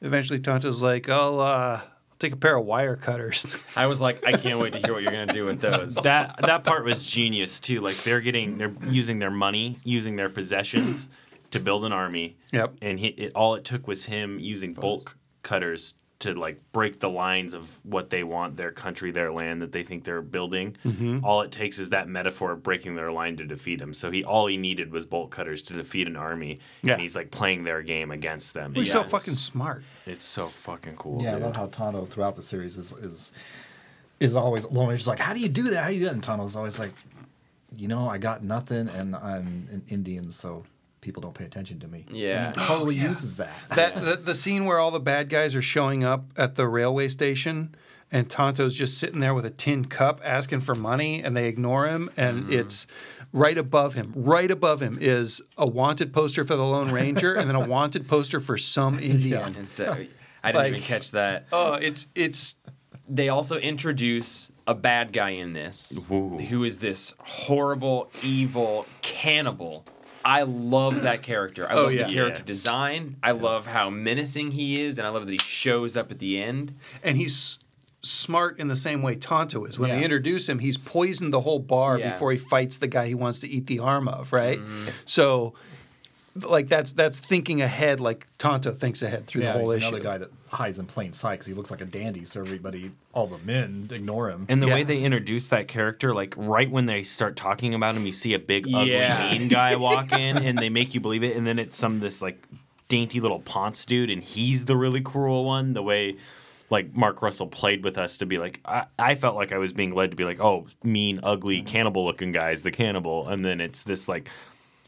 S1: eventually Tonto's like, I'll uh, take a pair of wire cutters.
S2: I was like, I can't wait to hear what you're going to do with those.
S3: That that part was genius too. Like they're getting they're using their money, using their possessions to build an army.
S1: Yep.
S3: And he, it, all it took was him using bolt cutters to like break the lines of what they want their country, their land that they think they're building.
S1: Mm-hmm.
S3: All it takes is that metaphor of breaking their line to defeat him. So he all he needed was bolt cutters to defeat an army.
S1: Yeah.
S3: And he's like playing their game against them.
S1: He's so
S3: Yeah, it's-
S1: fucking smart.
S3: It's so fucking cool.
S4: Yeah, I
S3: dude.
S4: love how Tano throughout the series is is is always Lone Ranger's like, how do you do that? How do you do that? And Tano's always like, you know, I got nothing, and I'm an Indian, so people don't pay attention to me.
S2: Yeah.
S4: and he totally uses that.
S1: That the, the scene where all the bad guys are showing up at the railway station and Tonto's just sitting there with a tin cup asking for money and they ignore him and it's right above him. Right above him is a wanted poster for the Lone Ranger and then a wanted poster for some Indian.
S2: And so I didn't even
S1: Like-
S2: catch that.
S1: Oh, it's it's
S2: They also introduce a bad guy in this
S3: Ooh.
S2: who is this horrible, evil cannibal. I love that character. I love
S1: Oh, yeah.
S2: the character
S3: Yeah.
S2: design. I love how menacing he is, and I love that he shows up at the end.
S1: and he's smart in the same way Tonto is. When they
S4: Yeah.
S1: introduce him, he's poisoned the whole bar
S2: Yeah.
S1: before he fights the guy he wants to eat the arm of, right?
S4: Mm-hmm.
S1: So like that's that's thinking ahead like Tonto thinks ahead through
S4: Yeah,
S1: the whole
S4: he's
S1: issue.
S4: another guy that hides in plain sight because he looks like a dandy, so everybody, all the men, ignore him.
S3: And the
S1: Yeah.
S3: way they introduce that character, like right when they start talking about him, you see a big, ugly,
S2: Yeah.
S3: mean guy walk in, and they make you believe it. And then it's some this like dainty little Ponce dude, and he's the really cruel one. The way like Mark Russell played with us to be like I, I felt like I was being led to be like oh mean ugly cannibal looking guy's the cannibal and then it's this like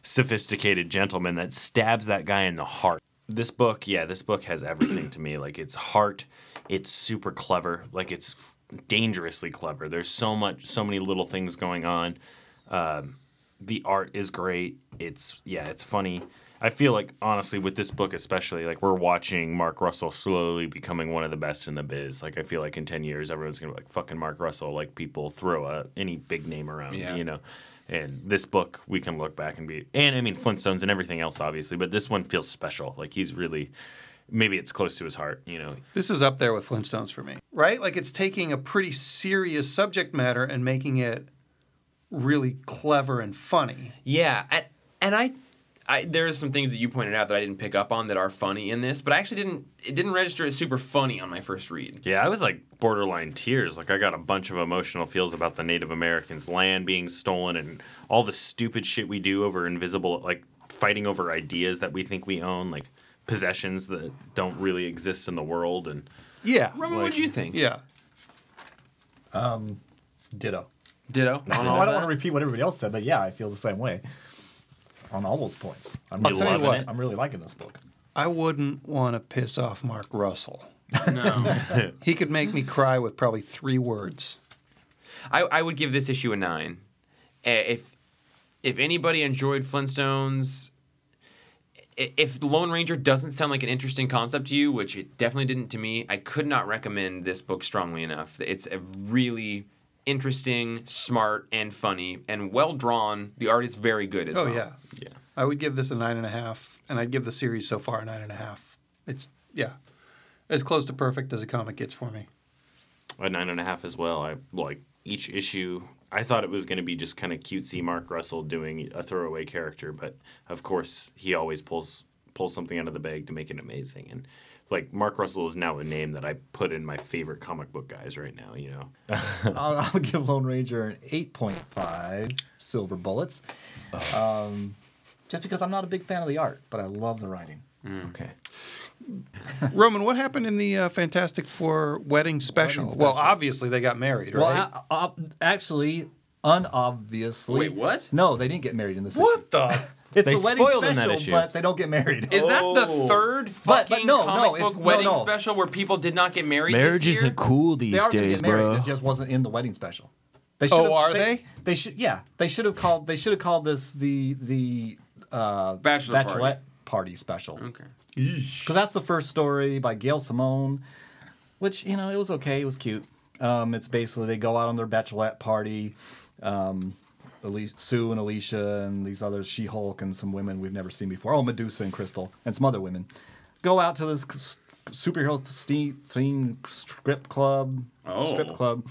S3: sophisticated gentleman that stabs that guy in the heart. This book, yeah, this book has everything to me. Like it's heart, it's super clever, like it's dangerously clever. There's so much, so many little things going on. Um, the art is great. It's yeah, it's funny. I feel like honestly with this book especially, like we're watching Mark Russell slowly becoming one of the best in the biz. Like I feel like in ten years everyone's gonna be like fucking Mark Russell. Like people throw a any big name around,
S2: Yeah.
S3: you know. And this book we can look back and be and I mean Flintstones and everything else obviously, but this one feels special. Like he's really maybe it's close to his heart, you know.
S1: This is up there with Flintstones for me, right? Like it's taking a pretty serious subject matter and making it really clever and funny.
S2: Yeah, and, and I, I there's some things that you pointed out that I didn't pick up on that are funny in this, but I actually didn't it didn't register as super funny on my first read.
S3: Yeah, I was like borderline tears. Like I got a bunch of emotional feels about the Native Americans' land being stolen and all the stupid shit we do over invisible, like fighting over ideas that we think we own, like possessions that don't really exist in the world. And
S1: Yeah.
S2: Roman, what
S3: Like-
S2: did you think?
S1: Yeah.
S4: Ditto.
S2: Ditto. On all
S4: I
S2: that?
S4: don't want to repeat what everybody else said, but yeah, I feel the same way on all those points. I'm
S3: You
S4: really,
S1: tell you
S3: loving
S1: what.
S3: it?
S4: I'm really liking this book.
S1: I wouldn't want to piss off Mark Russell.
S2: No.
S1: He could make me cry with probably three words.
S2: I, I would give this issue a nine. Eh, If if anybody enjoyed Flintstones, i- if Lone Ranger doesn't sound like an interesting concept to you, which it definitely didn't to me, I could not recommend this book strongly enough. It's a really interesting, smart, and funny, and well drawn. The art is very good as
S1: Oh
S2: well.
S1: yeah.
S3: Yeah.
S1: I would give this a nine and a half, and I'd give the series so far a nine and a half. It's yeah, as close to perfect as a comic gets for me.
S3: a nine and a half as well. I like each issue. I thought it was going to be just kind of cutesy Mark Russell doing a throwaway character, but of course he always pulls pulls something out of the bag to make it amazing. And like Mark Russell is now a name that I put in my favorite comic book guys right now. You know,
S4: I'll, I'll give Lone Ranger an 8.5 silver bullets. Um, just because I'm not a big fan of the art, but I love the writing.
S3: okay.
S1: Roman, what happened in the uh, Fantastic Four wedding special?
S4: Wedding
S1: Well,
S4: special.
S1: obviously they got married,
S4: Well,
S1: right?
S4: I, I, actually, unobviously.
S2: Wait, what?
S4: No, they didn't get married in this issue.
S1: what the?
S4: It's
S3: They
S4: the wedding
S3: spoiled in
S4: special,
S3: that issue.
S4: but they don't get married.
S2: Is that
S3: Oh.
S2: the third
S4: But- but
S2: fucking
S4: no, no,
S2: comic
S4: it's-
S2: book
S4: no,
S2: wedding
S4: no.
S2: special where people did not get married?
S5: Marriage
S2: this year?
S5: isn't cool
S4: they
S5: these
S4: are gonna
S5: days,
S4: get married.
S5: bro.
S4: It just wasn't in the wedding special. They
S1: Oh,
S4: should've-
S1: are they?
S4: They, should. Yeah, they should have called. They should have called this the the uh,
S2: Bachelor party.
S4: bachelorette party special.
S2: Okay.
S4: because that's the first story by Gail Simone, which you know it was okay, it was cute. Um, it's basically they go out on their bachelorette party. Um, Ali- Sue and Alicia and these others, She Hulk and some women we've never seen before. Oh, Medusa and Crystal and some other women go out to this s- superhero theme theme strip club, strip
S2: Oh.
S4: club,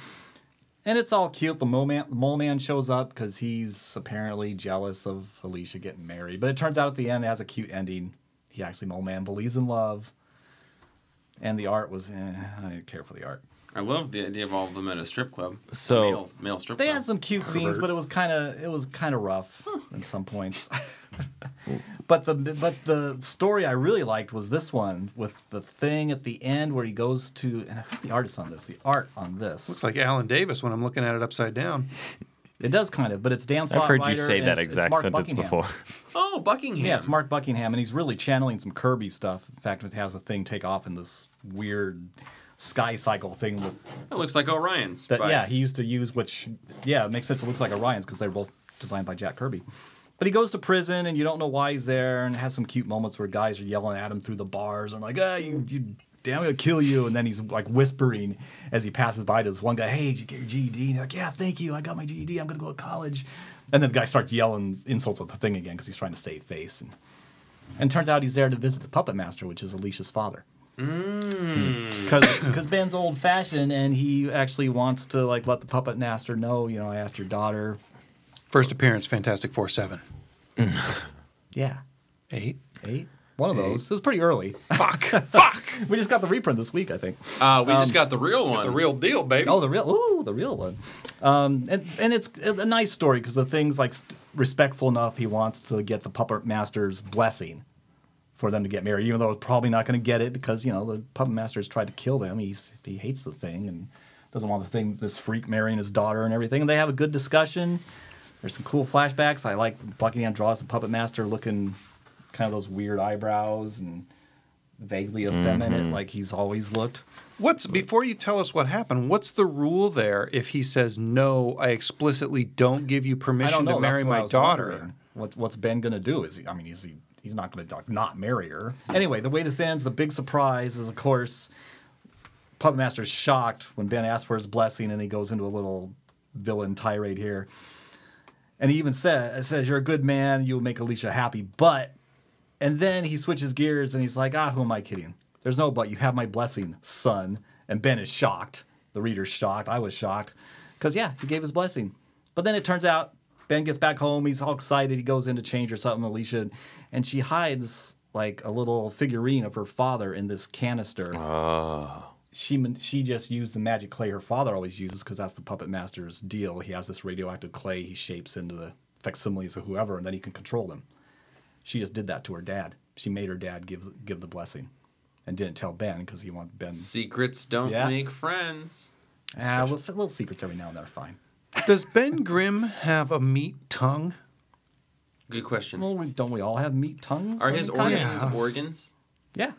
S4: and it's all cute. The Mole Man, the Mole Man shows up because he's apparently jealous of Alicia getting married. But it turns out at the end it has a cute ending. He actually, Mole Man, believes in love. And the art was, eh, I didn't care for the art.
S2: I love the idea of all of them at a strip club.
S3: So-
S2: male, male strip
S4: They
S2: club.
S4: had some cute scenes, but it was kind of it was kind of rough in some points. but the but the story I really liked was this one with the thing at the end where he goes to and who's the artist on this? The art on this
S1: Looks like Alan Davis when I'm looking at it upside down.
S4: It does kind of, but it's Dan.
S3: I've heard you
S4: Slotwriter
S3: say
S4: and
S3: that
S4: it's- it's
S3: exact
S4: Mark
S3: sentence
S4: Buckingham.
S3: before.
S2: Oh, Buckingham.
S4: Yeah, it's Mark Buckingham, and he's really channeling some Kirby stuff. In fact, it has a thing take off in this weird sky cycle thing with
S2: That looks like Orion's.
S4: that.
S2: but-
S4: Yeah, he used to use, which yeah, it makes sense. It looks like Orion's because they're both designed by Jack Kirby. But he goes to prison, and you don't know why he's there, and it has some cute moments where guys are yelling at him through the bars, and like, ah, you, you damn, gonna kill you. And then he's like whispering as he passes by to this one guy, hey, did you get your GED? And he's like, yeah, thank you, I got my GED, I'm gonna go to college. And then the guy starts yelling insults at the thing again because he's trying to save face, and and turns out he's there to visit the puppet master, which is Alicia's father
S2: Hmm.
S4: because Ben's old fashioned and he actually wants to like let the puppet master know, you know, I asked your daughter.
S1: First appearance, Fantastic Four seven,
S4: Yeah,
S1: eight.
S4: eight, one of those. It was pretty early.
S1: Fuck, fuck,
S4: we just got the reprint this week, I think.
S2: Uh, we just got the real one.
S1: the real deal, baby.
S4: Oh, the real, ooh, the real one. Um, and and it's a nice story because the thing's like st- respectful enough. He wants to get the puppet master's blessing for them to get married, even though it's probably not going to get it because you know the puppet master's tried to kill them. He's he hates the thing and doesn't want the thing this freak marrying his daughter and everything. And they have a good discussion. There's some cool flashbacks. I like Buckingham draws the puppet master looking kind of those weird eyebrows and vaguely effeminate, like he's always looked.
S1: What's before you tell us what happened? What's the rule there if he says no? I explicitly don't give you
S4: I don't
S1: permission
S4: know.
S1: to marry
S4: That's what I
S1: my
S4: was
S1: daughter.
S4: wondering. What's what's Ben gonna do? Is he, I mean, is he? He's not gonna like, not marry her. Anyway, the way this ends, the big surprise is, of course, Puppet Master's shocked when Ben asks for his blessing, and he goes into a little villain tirade here. And he even says, "says You're a good man. You'll make Alicia happy." But, and then he switches gears and he's like, "Ah, who am I kidding? There's no but. You have my blessing, son." And Ben is shocked. The reader's shocked. I was shocked, because yeah, he gave his blessing. But then it turns out Ben gets back home. He's all excited. He goes in to change or something. Alicia, and she hides like a little figurine of her father in this canister she man- she just used the magic clay her father always uses because that's the puppet master's deal. He has this radioactive clay he shapes into the facsimiles of whoever, and then he can control them. She just did that to her dad. She made her dad give give the blessing, and didn't tell Ben because he wanted Ben.
S2: Secrets don't
S4: Yeah.
S2: make friends.
S4: Ah, well, little secrets every now and then are fine.
S1: Does Ben Grimm have a meat tongue?
S2: Good question.
S4: Well, we- don't we all have meat tongues?
S2: Are
S4: of
S2: his
S4: any kind?
S2: organs organs?
S4: Yeah,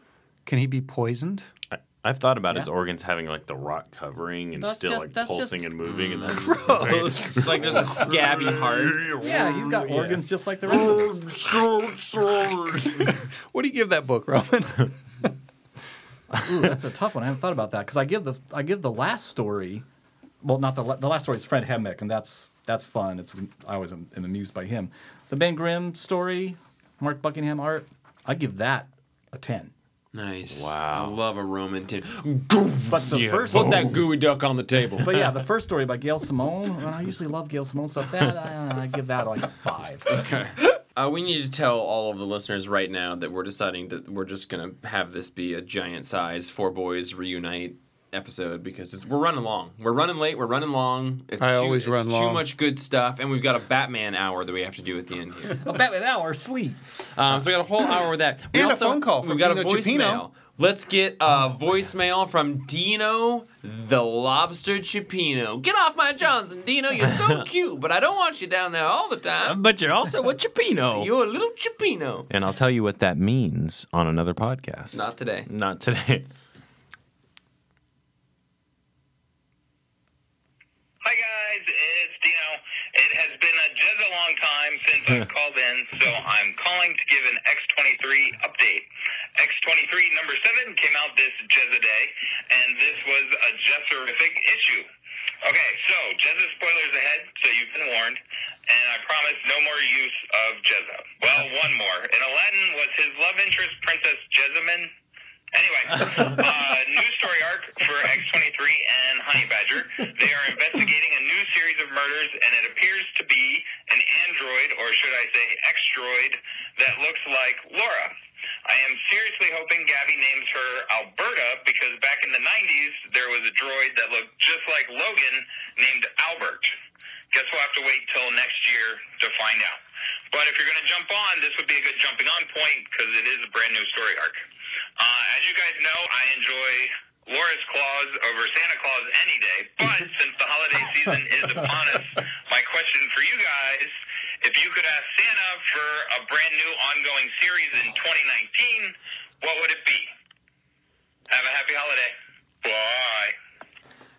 S1: Can he be poisoned?
S3: I, I've thought about his
S4: Yeah.
S3: organs having like the rock covering and
S4: That's
S3: still
S4: just-
S3: like
S4: that's
S3: pulsing
S4: just-
S3: and moving, and that's
S2: it's like just a scabby heart.
S4: Oh, yeah, Oh, he's got organs just like the rest of us.
S1: What do you give that book, Roman?
S4: Ooh, that's a tough one. I haven't thought about that because I give the I give the last story, well, not the la- the last story is Fred Hemmick, and that's that's fun. It's I always am, am amused by him. The Ben Grimm story, Mark Buckingham art, I give that a ten.
S2: Nice.
S3: Wow.
S2: I love a Roman tin.
S4: But the first,
S2: Put that gooey duck on the table.
S4: but yeah, the first story by Gail Simone. and I usually love Gail Simone stuff. That I, I give that like a five.
S2: Okay. Uh, we need to tell all of the listeners right now that we're deciding that we're just gonna have this be a giant size four boys reunite episode because it's we're running long. We're running late. We're running long. It's
S1: I
S2: too,
S1: always
S2: it's
S1: run
S2: Too
S1: long.
S2: much good stuff, and we've got a Batman hour that we have to do at the end here.
S4: A Batman hour sleep.
S2: Um, so we got a whole hour with that. We
S1: And a phone call from
S2: we got a
S1: Dino
S2: voicemail.
S1: Cipino.
S2: Let's get
S1: Oh,
S2: a voicemail from Dino the Lobster Chipino. Get off my Johnson, Dino. You're so cute, but I don't want you down there all the time.
S3: But you're also a Chipino.
S2: You're a little Chipino.
S3: And I'll tell you what that means on another podcast.
S2: Not today.
S3: Not today.
S5: Hi guys, it's Dino. It has been a just a long time since I've called in, so I'm calling to give an X23 update. X23 number seven came out this Jezza day, and this was a just terrific issue. Okay, so Jezza spoilers ahead, so you've been warned, and I promise no more use of Jezza. Well, one more. In Aladdin was his love interest, Princess Jezzamin, Anyway, uh, new story arc for X23 and Honey Badger. They are investigating a new series of murders, and it appears to be an android, or should I say, extroid, that looks like Laura. I am seriously hoping Gabby names her Alberta because back in the 90s, there was a droid that looked just like Logan named Albert. Guess we'll have to wait till next year to find out. But if you're going to jump on, this would be a good jumping on point because it is a brand new story arc. Uh, as you guys know, I enjoy Laura's Claus over Santa Claus any day. But since the holiday season is upon us, my question for you guys if you could ask Santa for a brand new ongoing series in 2019, what would it be? Have a happy holiday. Bye.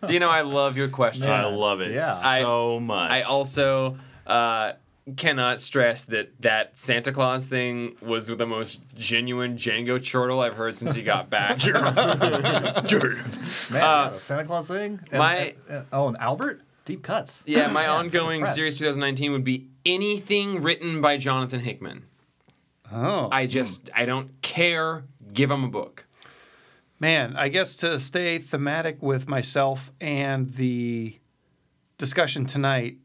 S2: Dino, I love your question.
S3: I love it
S4: Yeah.
S3: so much.
S2: I also uh, cannot stress that that Santa Claus thing was the most genuine Django chortle I've heard since he got back.
S4: Man, a Santa Claus thing. And,
S2: my-
S4: oh, and Albert, deep cuts.
S2: yeah, my ongoing
S4: impressed.
S2: series 2019 would be anything written by Jonathan Hickman.
S1: Oh
S2: I just I don't care. Give him a book.
S1: man, I guess to stay thematic with myself and the discussion tonight,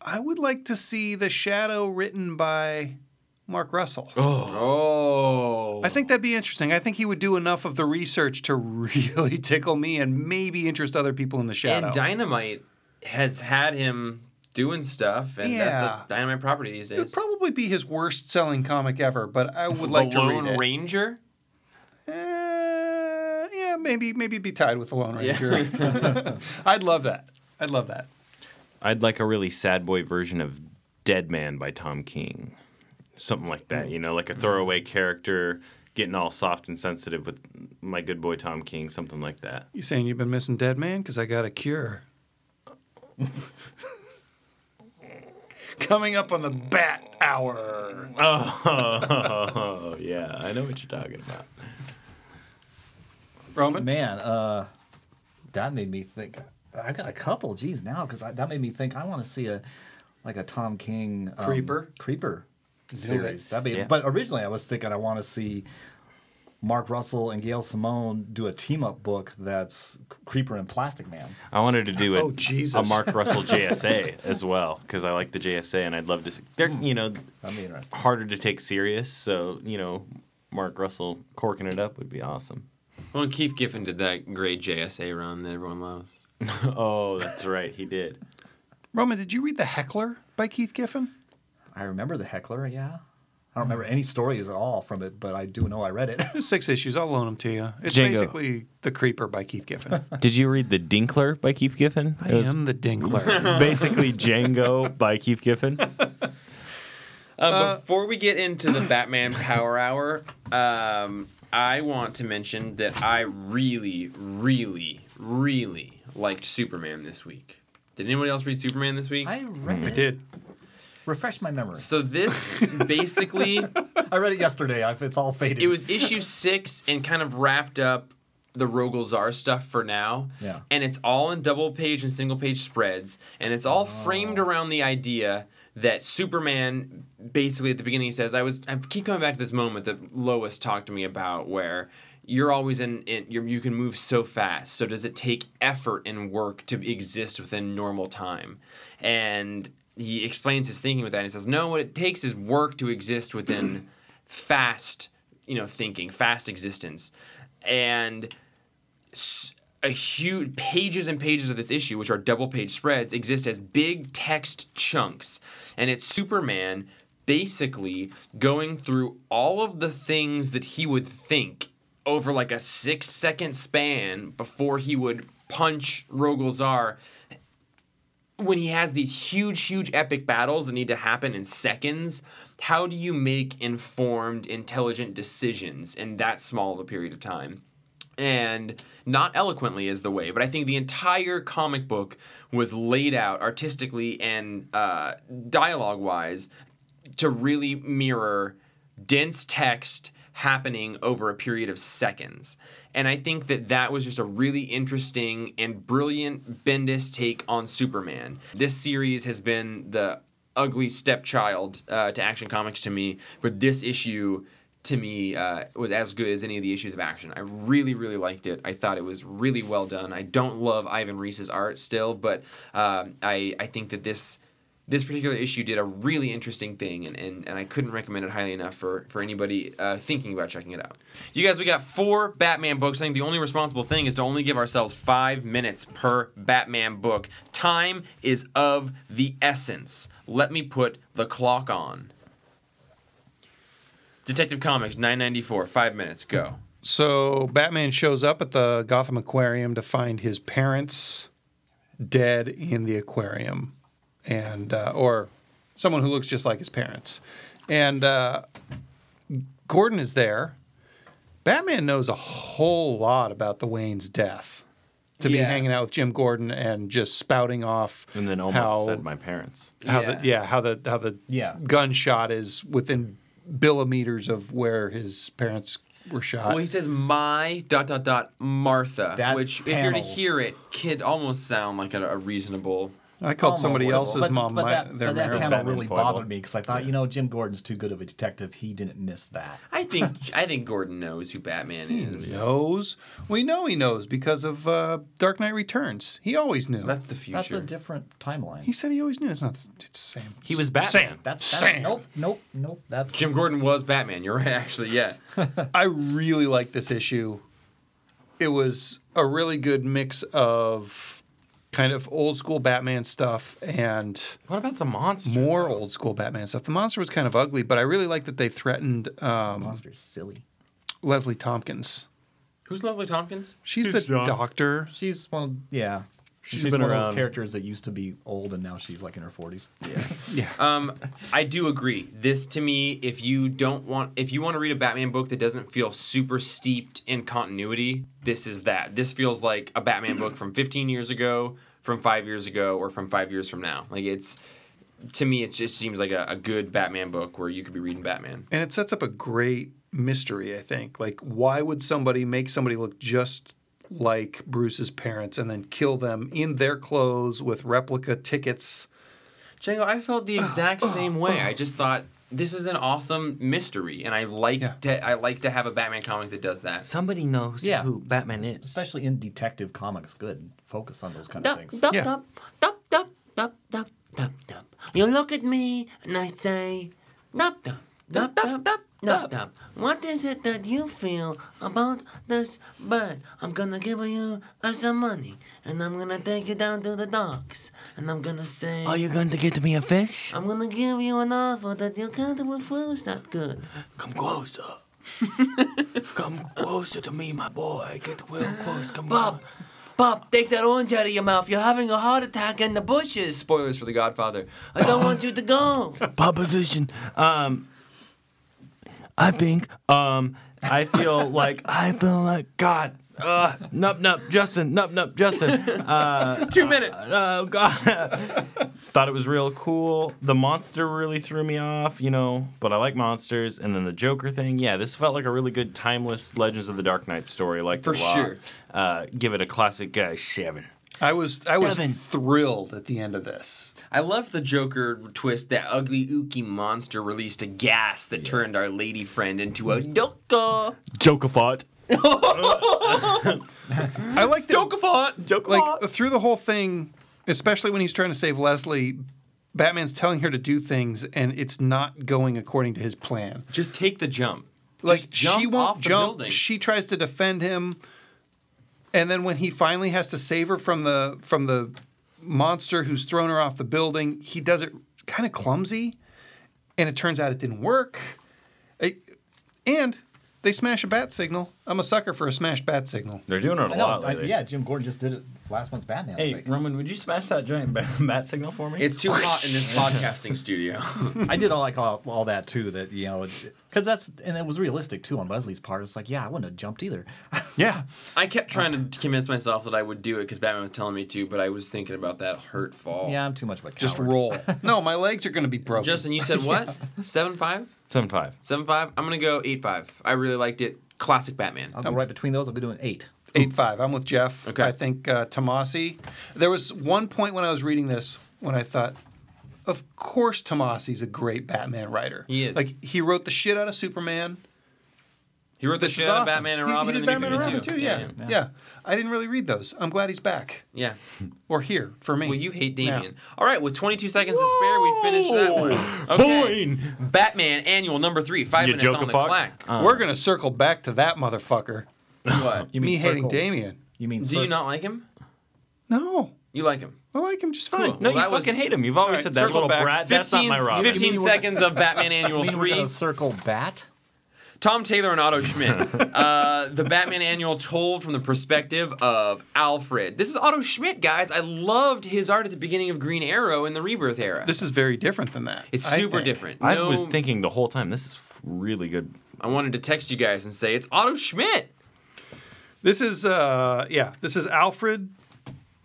S1: I would like to see the shadow written by Mark Russell.
S2: Oh,
S1: I think that'd be interesting. I think he would do enough of the research to really tickle me and maybe interest other people in the shadow.
S2: and Dynamite has had him doing stuff, and
S1: Yeah.
S2: that's a dynamite property these
S1: It would
S2: days.
S1: probably be his worst selling comic ever, but I would like
S2: the
S1: to read
S2: Lone
S1: it.
S2: Ranger.
S1: Uh, yeah, maybe maybe it'd be tied with the Lone
S2: Yeah.
S1: Ranger. I'd love that. I'd love that.
S3: I'd like a really sad boy version of Dead Man by Tom King. Something like that, you know, like a throwaway character getting all soft and sensitive with my good boy Tom King, something like that.
S1: You saying you've been missing Dead Man? Because I got a cure. Coming up on the Bat Hour.
S3: Oh, yeah, I know what you're talking about.
S1: Roman?
S4: Man, uh, that made me think. I got a couple. Geez, now because that made me think. I want to see a like a Tom King um,
S1: Creeper?
S4: creeper
S1: it.
S4: series. That be.
S3: Yeah.
S4: But originally, I was thinking I want to see Mark Russell and Gail Simone do a team up book that's Creeper and Plastic Man.
S3: I wanted to do a,
S1: Oh, Jesus.
S3: a Mark Russell JSA as well, because I like the JSA and I'd love to see. They're, you know,
S4: That'd be interesting.
S3: harder to take serious, so, you know, Mark Russell corking it up would be awesome.
S2: Well, Keith Giffen did that great JSA run that everyone loves.
S3: Oh, that's right, he did.
S1: Roman, did you read The Heckler by Keith Giffen?
S4: I remember the heckler. Yeah. I don't remember any stories at all from it, but I do know I read it.
S1: There's six issues. I'll loan them to you. It's
S3: Django.
S1: basically The Creeper by Keith Giffen.
S3: Did you read The Dinkler by Keith Giffen?
S1: I am the Dinkler.
S3: basically Django by Keith Giffen.
S2: Uh, before we get into the Batman Power Hour, um, I want to mention that I really, really, really liked Superman this week. Did anybody else read Superman this week?
S4: I read
S1: I
S2: Hmm.
S4: it.
S1: did.
S4: Refresh my memory.
S2: so this basically
S4: I read it yesterday. I, it's all faded.
S2: it was issue six and kind of wrapped up the Rogel Czar stuff for now.
S4: Yeah.
S2: And it's all in double page and single page spreads. And it's all framed around the idea that Superman basically at the beginning says, I was I keep coming back to this moment that Lois talked to me about where you're always in, in you're, you can move so fast. So does it take effort and work to exist within normal time? And he explains his thinking with that. And he says, no, what it takes is work to exist within fast, you know, thinking, fast existence. And s- a huge pages and pages of this issue, which are double page spreads, exist as big text chunks. And it's Superman basically going through all of the things that he would think over like a six second span before he would punch Rogelzar when he has these huge, huge epic battles that need to happen in seconds, how do you make informed, intelligent decisions in that small of a period of time? And not eloquently is the way, but I think the entire comic book was laid out artistically and uh, dialogue wise to really mirror dense text happening over a period of seconds. And I think that that was just a really interesting and brilliant Bendis take on Superman. This series has been the ugly stepchild uh, to Action Comics to me, but this issue to me uh, was as good as any of the issues of action i really really liked it i thought it was really well done i don't love ivan reese's art still but um, I, I think that this this particular issue did a really interesting thing, and, and, and I couldn't recommend it highly enough for, for anybody uh, thinking about checking it out. You guys, we got four Batman books. I think the only responsible thing is to only give ourselves five minutes per Batman book. Time is of the essence. Let me put the clock on. Detective Comics 994, five minutes, go.
S1: So Batman shows up at the Gotham Aquarium to find his parents dead in the aquarium, and uh, or someone who looks just like his parents. And uh, Gordon is there. Batman knows a whole lot about the Wayne's death. To be
S2: Yeah.
S1: hanging out with Jim Gordon and just spouting off
S3: And then almost
S1: how,
S3: said my parents.
S1: how
S2: Yeah.
S1: the yeah how the how the
S4: Yeah.
S1: gunshot is within millimeters of where his parents were shot.
S2: Well, he says my dot dot dot Martha,
S4: Uh, That
S2: which
S4: panel.
S2: if you're to hear it, could almost sound like a, a reasonable.
S1: I called
S4: Almost
S1: somebody
S4: horrible.
S1: else's
S4: But-
S1: mom
S4: But
S1: my,
S4: that,
S1: their
S4: but that
S1: Mary.
S4: panel
S3: Batman
S4: really
S3: foible.
S4: bothered me because I thought, you know, Jim Gordon's too good of a detective. He didn't miss that.
S2: I think I think Gordon knows who Batman is.
S1: knows. We know he knows because of uh, Dark Knight Returns. He always knew.
S2: That's the future.
S4: That's a different timeline.
S1: he said he always knew. It's not. It's the same.
S3: He was Batman.
S4: that's, that's
S1: Sam.
S4: nope, nope, nope. That's
S2: Jim Gordon was Batman. You're right, actually. Yeah.
S1: I really like this issue. It was a really good mix of kind of old school Batman stuff and
S3: What about the monster?
S1: more old school Batman stuff. The monster was kind of ugly, but I really like that they threatened um,
S4: Monster's silly.
S1: Leslie Tompkins.
S2: Who's Leslie Tompkins?
S1: She's
S3: She's
S1: the
S3: young.
S1: doctor.
S4: She's one. Of, yeah. She's,
S3: been
S4: one of
S3: around.
S4: those characters that used to be old and now she's like in her 40s.
S1: Yeah.
S2: Um, I do agree. This to me, if you don't want, if you want to read a Batman book that doesn't feel super steeped in continuity, this is that. This feels like a Batman book from 15 years ago, from five years ago, or from five years from now. Like it's, to me, it just seems like a, a good Batman book where you could be reading Batman.
S1: And it sets up a great mystery, I think. Like, why would somebody make somebody look just like Bruce's parents and then kill them in their clothes with replica tickets?
S2: Django, I felt the exact same way. I just thought this is an awesome mystery, and I like
S1: Yeah.
S2: to I like to have a Batman comic that does that.
S3: Somebody knows
S2: Yeah.
S3: who Batman is.
S4: Especially in detective comics. Good. Focus on those kind of
S6: Dup,
S4: things.
S6: dup,
S1: Yeah.
S6: dup, dup, dup, dup, dup, dup, dup. You look at me and I say, dup, dup, dup, dup, dup, dup, dup. What is it that you feel about this bird? I'm gonna give you uh, some money and I'm gonna take you down to the docks and I'm gonna say,
S7: Are you going to get me a fish?
S6: I'm gonna give you an offer that you can't refuse that good.
S7: Come closer. Come closer to me, my boy. Get real close. Come
S6: Bob,
S7: on.
S6: Bob, take that orange out of your mouth. You're having a heart attack in the bushes.
S2: Spoilers for The Godfather.
S6: I don't want you to go.
S7: Proposition. Um, I think. Um,
S3: I feel like
S7: I feel like God. Uh, nup nup, Justin. Nup nup, Justin. Uh,
S2: Two minutes.
S3: oh god thought it was real cool the monster really threw me off you know but i like monsters and then the joker thing yeah this felt like a really good timeless legends of the dark knight story like
S2: For sure.
S3: uh, give it a classic uh, seven
S1: I was I was
S7: Devin.
S1: thrilled at the end of this.
S2: I love the Joker twist. That ugly ooky monster released a gas that turned our lady friend into a Joker.
S3: joker fought
S1: I like that
S2: font. Joker
S1: like uh, through the whole thing, especially when he's trying to save Leslie, Batman's telling her to do things and it's not going according to his plan.
S2: Just take the jump.
S1: Like
S2: Just jump
S1: she won't
S2: off the
S1: jump.
S2: building.
S1: She tries to defend him, and then when he finally has to save her from the from the monster who's thrown her off the building, he does it kind of clumsy, and it turns out it didn't work. It- and they smash a bat signal. I'm a sucker for a smashed bat signal.
S3: they're doing it a
S4: I know,
S3: lot
S4: I-
S3: lately.
S4: yeah, Jim Gordon just did it last month's Batman. I
S3: hey
S4: think.
S3: roman would you smash that giant bat, bat signal for me
S2: It's too hot in this podcasting studio.
S4: I did all like all, all that too. That you know, because that's and it was realistic too on Leslie's part. It's like, yeah, I wouldn't have jumped either.
S1: Yeah,
S2: I kept trying to convince myself that I would do it because Batman was telling me to, but I was thinking about that hurt fall.
S4: yeah, I'm too much of a coward.
S1: just roll. no, my legs are going to be broken.
S2: Justin, you said what? Seven five?
S3: seven five
S2: Seven five? I'm gonna go eight five. I really liked it. Classic Batman.
S4: I'll go right between those. I'll go do an eight.
S1: Eight five. I'm with Jeff.
S2: Okay.
S1: I think uh, Tomasi. There was one point when I was reading this when I thought, of course, Tomasi's a great Batman writer.
S2: He is.
S1: Like he wrote the shit out of Superman.
S2: He wrote the
S1: This
S2: shit
S1: is
S2: out of
S1: awesome.
S2: Batman and
S1: He- he
S2: Robin
S1: did
S2: and the
S1: Batman and Robin too. Yeah. Yeah,
S2: yeah.
S1: I didn't really read those. I'm glad he's back
S2: yeah.
S1: or here for me.
S2: Well, you hate
S1: Now.
S2: Damien. All right, with 22 seconds to spare, we finished that one. Okay. Batman Annual number three, five
S3: You
S2: minutes
S3: joke
S2: on
S3: a
S2: the
S3: fuck?
S2: clock.
S1: We're gonna circle back to that motherfucker.
S2: what?
S4: You
S1: Me hating
S4: circle-
S1: Damien.
S4: You mean
S2: Do you not like him?
S1: No,
S2: You like him.
S1: I like him just fine.
S2: Cool.
S3: no
S2: Well, that
S3: you
S2: was-
S3: fucking hate him you've always
S1: Alright,
S3: said that
S1: circle
S3: little
S1: back.
S3: brat that's not my robin
S2: 15 seconds of Batman Annual
S4: mean we're
S2: 3.
S4: gonna circle bat?
S2: Tom Taylor and Otto Schmidt. uh, the Batman Annual told from the perspective of Alfred. This is Otto Schmidt, guys. I loved his art at the beginning of Green Arrow in the Rebirth era.
S1: This is very different than that.
S2: it's
S1: I
S2: super
S1: think.
S2: different.
S3: i
S2: No-
S3: was thinking the whole time this is f- really good
S2: I wanted to text you guys and say it's Otto Schmidt.
S1: This is uh yeah, this is Alfred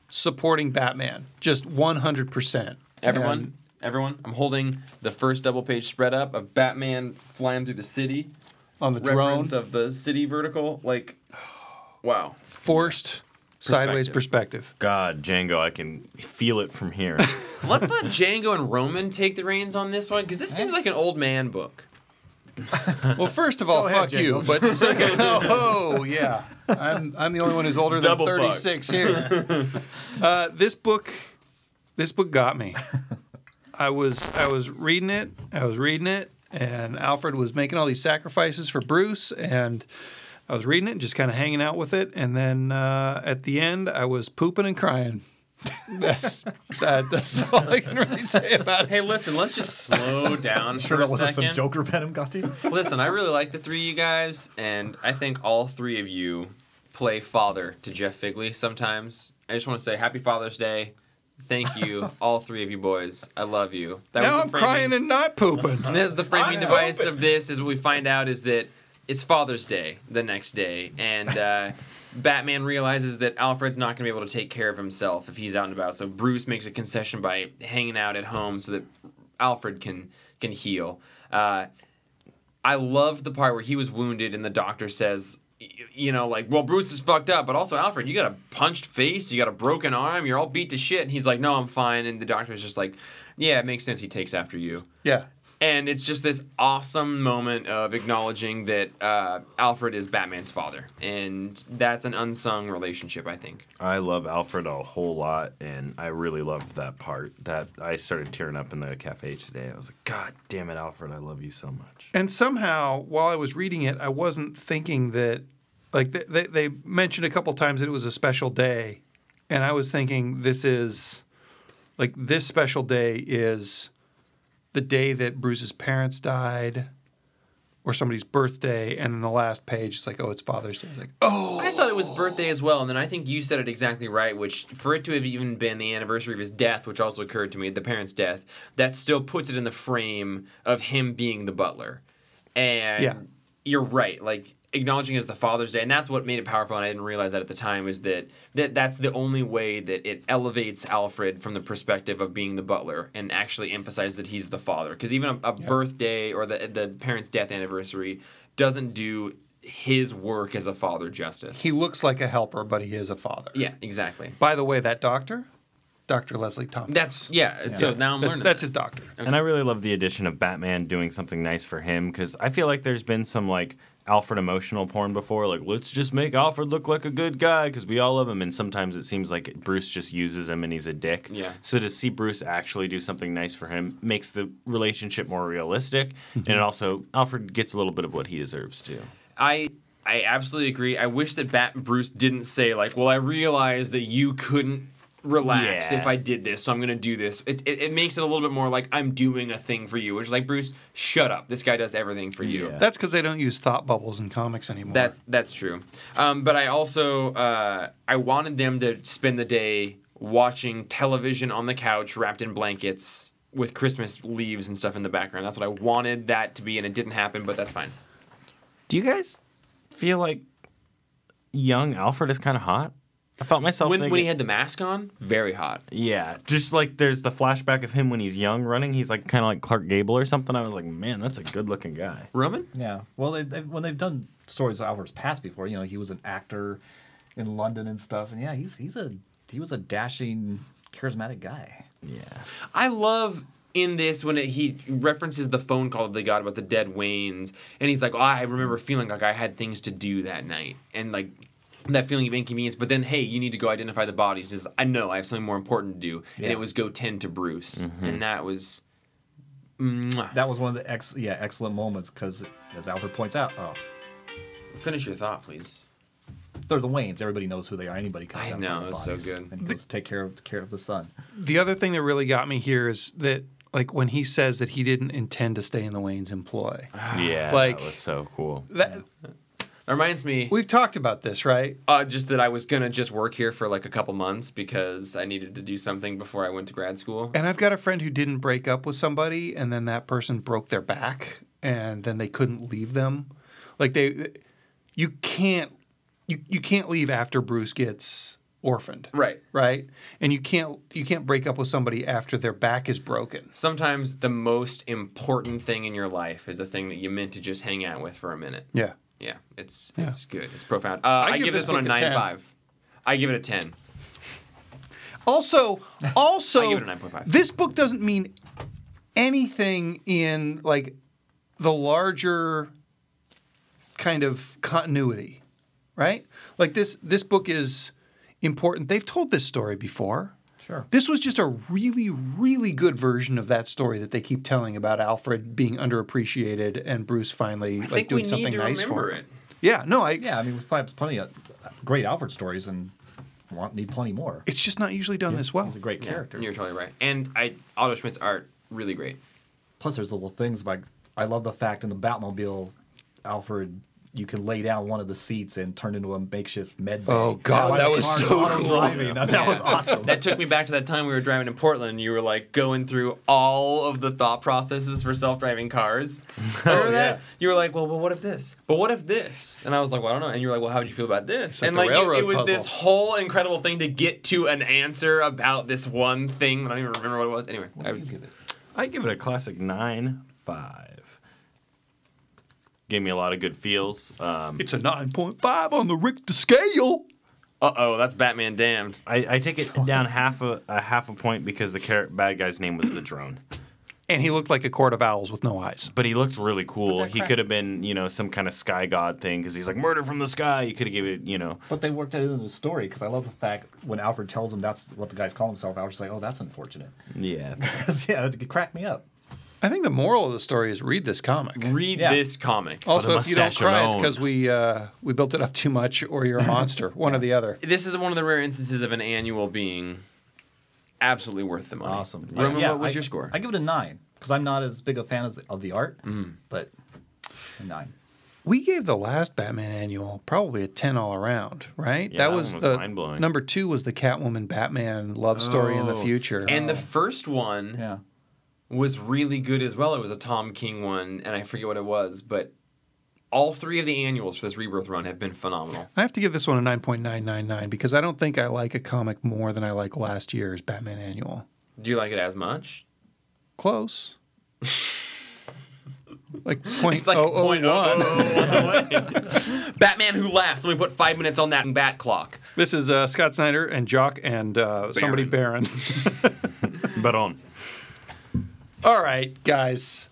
S1: supporting Batman. Just 100%.
S2: Everyone,
S1: And
S2: everyone, I'm holding the first double page spread up of Batman flying through the city.
S1: on the drone
S2: Reference of the city vertical, like, wow.
S1: forced sideways perspective.
S3: god django i can feel it from here
S2: Let's let Django and Roman take the reins on this one because this seems like an old man book.
S1: Well, first of all, fuck you, but second, oh, oh, yeah. I'm I'm the only one who's older than
S2: Double fucked.
S1: 36 here. Uh, this book this book got me. I was I was reading it, I was reading it, and Alfred was making all these sacrifices for Bruce and I was reading it, just kind of hanging out with it, and then uh, at the end, I was pooping and crying. That's that, that's all I can really say about it.
S2: Hey, listen, let's just slow down for
S4: Sure, there
S2: a
S4: was some
S2: second.
S4: Joker venom got to you.
S2: Listen, I really like the three of you guys, and I think all three of you play father to Jeff Figley sometimes. I just want to say happy Father's Day. Thank you, all three of you boys. I love you. That
S1: Now
S2: the
S1: I'm
S2: framing-
S1: crying and not pooping.
S2: And this is the framing
S1: I'm
S2: device
S1: hoping.
S2: of this is what we find out is that it's Father's Day the next day, and uh, Batman realizes that Alfred's not going to be able to take care of himself if he's out and about. So Bruce makes a concession by hanging out at home so that Alfred can can heal. Uh, I loved the part where he was wounded and the doctor says, y- you know, like, well, Bruce is fucked up, but also Alfred, you got a punched face, you got a broken arm, you're all beat to shit. And he's like, no, I'm fine. And the doctor's just like, yeah, it makes sense. He takes after you
S1: Yeah.
S2: and it's just this awesome moment of acknowledging that uh, Alfred is Batman's father, and that's an unsung relationship, I think.
S3: I love Alfred a whole lot, and I really loved that part. That I started tearing up in the cafe today. I was like, God damn it, Alfred, I love you so much.
S1: And somehow, while I was reading it, I wasn't thinking that, like, they, they, they mentioned a couple times that it was a special day. And I was thinking, this is, like, this special day is the day that Bruce's parents died or somebody's birthday. And then the last page, it's like, oh, it's Father's Day. It's like, oh,
S2: I thought it was birthday as well, and then I think you said it exactly right, which for it to have even been the anniversary of his death, which also occurred to me, the parents' death, that still puts it in the frame of him being the butler. And
S1: Yeah.
S2: you're right, like acknowledging it as the father's day, and that's what made it powerful, and I didn't realize that at the time, is that, that that's the only way that it elevates Alfred from the perspective of being the butler and actually emphasizes that he's the father. Because even a, a birthday or the the parents' death anniversary doesn't do his work as a father justice.
S1: he looks like a helper, but he is a father.
S2: Yeah, exactly.
S1: By the way, that doctor, Dr. Leslie Thompson.
S2: That's yeah. So now I'm
S1: that's,
S2: learning.
S1: that's
S2: that.
S1: his doctor.
S3: And I really love the addition of Batman doing something nice for him because I feel like there's been some like Alfred emotional porn before. Like, let's just make Alfred look like a good guy because we all love him. And sometimes it seems like Bruce just uses him and he's a dick.
S2: Yeah.
S3: So to see Bruce actually do something nice for him makes the relationship more realistic. And it also, Alfred gets a little bit of what he deserves too.
S2: I I absolutely agree. I wish that Bat Bruce didn't say like, "Well, I realized that you couldn't relax
S3: Yeah.
S2: if I did this, so I'm gonna do this." It, it it makes it a little bit more like I'm doing a thing for you, which is like Bruce, shut up. This guy does everything for you.
S3: Yeah.
S1: That's because they don't use thought bubbles in comics anymore.
S2: That's that's true. Um, but I also uh, I wanted them to spend the day watching television on the couch, wrapped in blankets with Christmas leaves and stuff in the background. That's what I wanted that to be, and it didn't happen. But that's fine.
S3: Do you guys feel like young Alfred is kind of hot? I felt myself
S2: When,
S3: thinking,
S2: when he had the mask on, very hot.
S3: Yeah, just like there's the flashback of him when he's young running. He's like kind of like Clark Gable or something. I was like, man, that's a good looking guy.
S2: Roman,
S4: Yeah. Well, they, they, when they've done stories of Alfred's past before, you know, he was an actor in London and stuff, and yeah, he's he's a he was a dashing, charismatic guy.
S3: Yeah,
S2: I love in this when it, he references the phone call that they got about the dead Waynes, and he's like, "Oh, "I remember feeling like I had things to do that night," and like that feeling of inconvenience. But then, hey, you need to go identify the bodies. Is I know I have something more important to do, and it was go tend to Bruce, and that was. Mwah.
S4: That was one of the ex yeah excellent moments because as Alfred points out, oh,
S2: Finish your thought, please.
S4: they're the Waynes. Everybody knows who they are. Anybody can.
S2: I
S4: identify
S2: know,
S4: their
S2: it's so
S4: bodies.
S2: good.
S4: And he goes to take care of care of the son.
S1: The other thing that really got me here is that like when he says that he didn't intend to stay in the Wayne's employ.
S3: yeah,
S1: Like-
S3: that was so cool.
S1: That,
S2: That reminds me.
S1: we've talked about this, right?
S2: Uh, just that I was gonna just work here for like a couple months because I needed to do something before I went to grad school.
S1: And I've got a friend who didn't break up with somebody and then that person broke their back and then they couldn't leave them. Like they you can't you, you can't leave after Bruce gets orphaned.
S2: Right.
S1: Right? And you can't you can't break up with somebody after their back is broken.
S2: sometimes the most important thing in your life is a thing that you meant to just hang out with for a minute.
S1: Yeah.
S2: Yeah, it's it's good. It's profound. Uh, I, give, this, one a
S1: book a
S2: nine
S1: 10.
S2: five. I give it a ten.
S1: Also,
S2: I
S1: also,
S2: give it a 9.5.
S1: this book doesn't mean anything in like the larger kind of continuity, right? Like this, this book is important. They've told this story before.
S4: Sure.
S1: This was just a really, really good version of that story that they keep telling about Alfred being underappreciated and Bruce finally
S2: I
S1: like
S2: think
S1: doing
S2: we need
S1: something
S2: to
S1: nice
S2: remember
S1: for him.
S2: it.
S1: Yeah, no, I
S4: Yeah, I mean, we've had plenty of great Alfred stories, and want need plenty more.
S1: It's just not usually done this well.
S4: He's a great
S2: Yeah,
S4: character.
S2: You're totally right. And I Otto Schmidt's art really great.
S4: Plus, there's little things like I love the fact in the Batmobile, Alfred. You can lay down one of the seats and turn into a makeshift med bay.
S1: Oh, God, that was
S4: hard
S1: so
S4: auto
S1: cool.
S4: driving. That
S2: Yeah.
S4: was awesome.
S2: That took me back to that time we were driving in Portland. You were like going through all of the thought processes for self-driving cars. Remember that?
S4: Oh, yeah.
S2: You were like, "Well, but what if this? But what if this?" And I was like, "Well, I don't know." And you were like, "Well, how would you feel about this?"
S1: like
S2: and
S1: a
S2: like, it,
S1: railroad
S2: it was
S1: puzzle.
S2: this whole incredible thing to get to an answer about this one thing. I don't even remember what it was. Anyway, I would skip it.
S3: I give it a classic nine five. Gave me a lot of good feels. Um,
S1: It's a 9.5 on the Richter scale.
S2: Uh oh, that's Batman Damned.
S3: I, I take it down half a, a half a point because the char- bad guy's name was the drone.
S1: And he looked like a court of owls with no eyes.
S3: But he looked really cool. He could have been, you know, some kind of sky god thing because he's like murder from the sky. You could have given it, you know.
S4: But they worked it into the story because I love the fact when Alfred tells him that's what the guys call himself. Alfred's like, "Oh, that's unfortunate."
S3: Yeah.
S4: 'Cause, yeah, it cracked me up.
S1: I think the moral of the story is read this comic.
S2: Read
S4: Yeah. Oh.
S2: this comic.
S1: Also, if you don't
S3: mustache
S1: cry, it's
S3: alone.
S1: because we uh, we built it up too much, or you're a monster. One or the other.
S2: this is one of the rare instances of an annual being absolutely worth the money.
S4: Awesome.
S2: Roman,
S4: Yeah,
S2: what was
S4: I-
S2: your score?
S4: I give it a nine because I'm not as big a fan as, of the art,
S2: Mm.
S4: but a nine.
S1: We gave the last Batman annual probably a ten all around, right?
S3: Yeah, that one was
S1: the
S3: mind-blowing.
S1: number two was the Catwoman Batman love story in the
S2: Oh.
S1: future.
S2: and the first one
S4: Yeah.
S2: was really good as well. It was a Tom King one, and I forget what it was, but all three of the annuals for this rebirth run have been phenomenal.
S1: I have to give this one a nine point nine nine nine because I don't think I like a comic more than I like last year's Batman annual.
S2: Do you like it as much?
S1: Close. like point
S2: It's like
S1: oh oh
S2: point oh oh
S1: one.
S2: oh oh one. Batman Who Laughs. Let me put five minutes on that bat clock.
S1: This is uh, Scott Snyder and Jock and uh, somebody Baron.
S3: but on.
S1: All right, guys.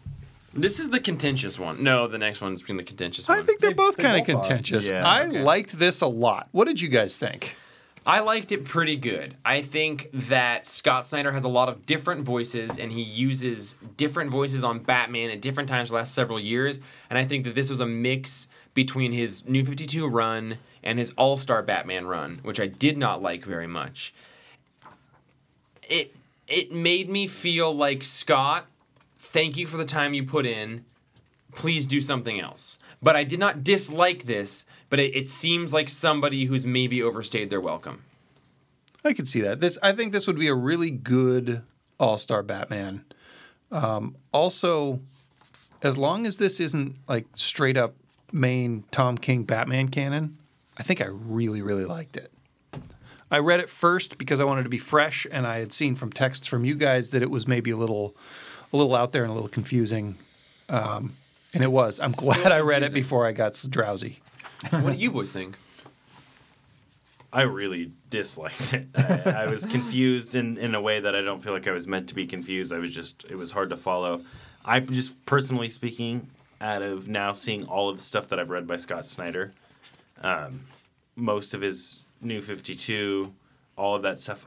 S2: This is the contentious one. No, the next one's between the contentious one.
S1: I think they're
S4: They-
S1: both
S4: they
S1: kind of
S4: both are.
S1: contentious.
S3: Yeah.
S1: I liked this a lot. What did you guys think?
S2: I liked it pretty good. I think that Scott Snyder has a lot of different voices and he uses different voices on Batman at different times the last several years. And I think that this was a mix between his New 52 run and his All Star Batman run, which I did not like very much. It it made me feel like Scott, thank you for the time you put in please do something else. But I did not dislike this, but it, it seems like somebody who's maybe overstayed their welcome.
S1: I could see that. This I think this would be a really good all-star Batman. Um, also, as long as this isn't like straight up main Tom King Batman canon, I think I really, really liked it. I read it first because I wanted to be fresh, and I had seen from texts from you guys that it was maybe a little, a little out there and a little confusing, um, and it was. I'm glad I read it before I got s- drowsy.
S2: what do you boys think?
S3: I really disliked it. I, I was confused in, in a way that I don't feel like I was meant to be confused. I was just, it was hard to follow. I just, personally speaking, out of now seeing all of the stuff that I've read by Scott Snyder, um, most of his New 52, all of that stuff,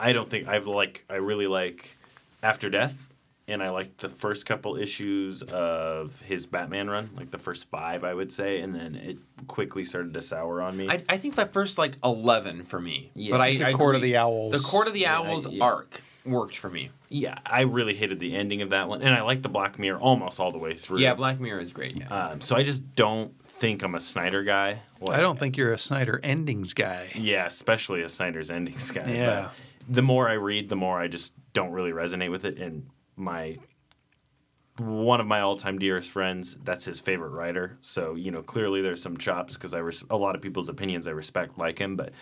S3: I don't think I've like, I really like After Death. And I liked the first couple issues of his Batman run, like the first five, I would say, and then it quickly started to sour on me.
S2: I, I think the first like eleven for me,
S3: Yeah.
S2: but I
S1: The
S2: I
S1: Court of
S2: agree.
S1: the Owls.
S2: The Court of the
S3: Yeah, I-
S2: Owls
S3: yeah.
S2: arc worked for me.
S3: Yeah, I really hated the ending of that one, and I liked the Black Mirror almost all the way through.
S2: Yeah, Black Mirror is great. Yeah,
S3: um, so I just don't think I'm a Snyder guy. Like,
S1: I don't think you're a Snyder endings guy.
S3: Yeah, especially a Snyder's endings guy. but
S1: Yeah.
S3: the more I read, the more I just don't really resonate with it. And my one of my all-time dearest friends, that's his favorite writer. So you know, clearly there's some chops because I res- a lot of people's opinions I respect like him, but